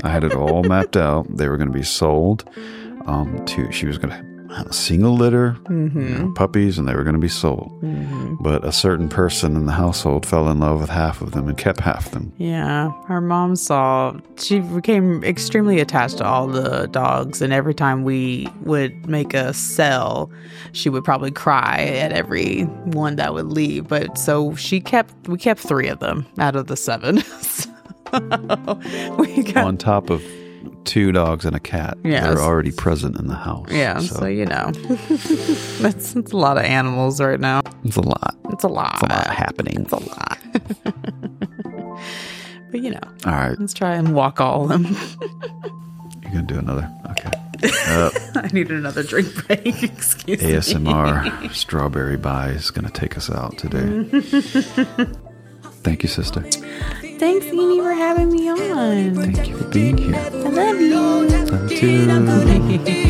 Speaker 1: I had it all mapped out. They were going to be sold um, to. She was going to have a single litter you know, puppies, and they were going to be sold. But a certain person in the household fell in love with half of them and kept half of them.
Speaker 2: Yeah, her mom saw she became extremely attached to all the dogs, and every time we would make a sell, she would probably cry at every one that would leave. But so she kept we kept three of them out of the seven. *laughs* so we got
Speaker 1: on top of two dogs and a cat
Speaker 2: Yeah,
Speaker 1: that are
Speaker 2: it's-
Speaker 1: already present in the house.
Speaker 2: yeah. So,
Speaker 1: so,
Speaker 2: you know, *laughs* that's, that's a lot of animals right now.
Speaker 1: it's a lot.
Speaker 2: It's a lot.
Speaker 1: It's a lot happening.
Speaker 2: It's a lot. but you know,
Speaker 1: All right,
Speaker 2: let's try and walk all of them. *laughs*
Speaker 1: you're gonna do another. Okay.
Speaker 2: I needed another drink break. *laughs* Excuse me.
Speaker 1: ASMR strawberry pie is going to take us out today. Thank you, sister.
Speaker 2: Thanks, Amy, for having me on.
Speaker 1: Thank you for being here.
Speaker 2: I love you.
Speaker 1: Love you too.
Speaker 2: Oh,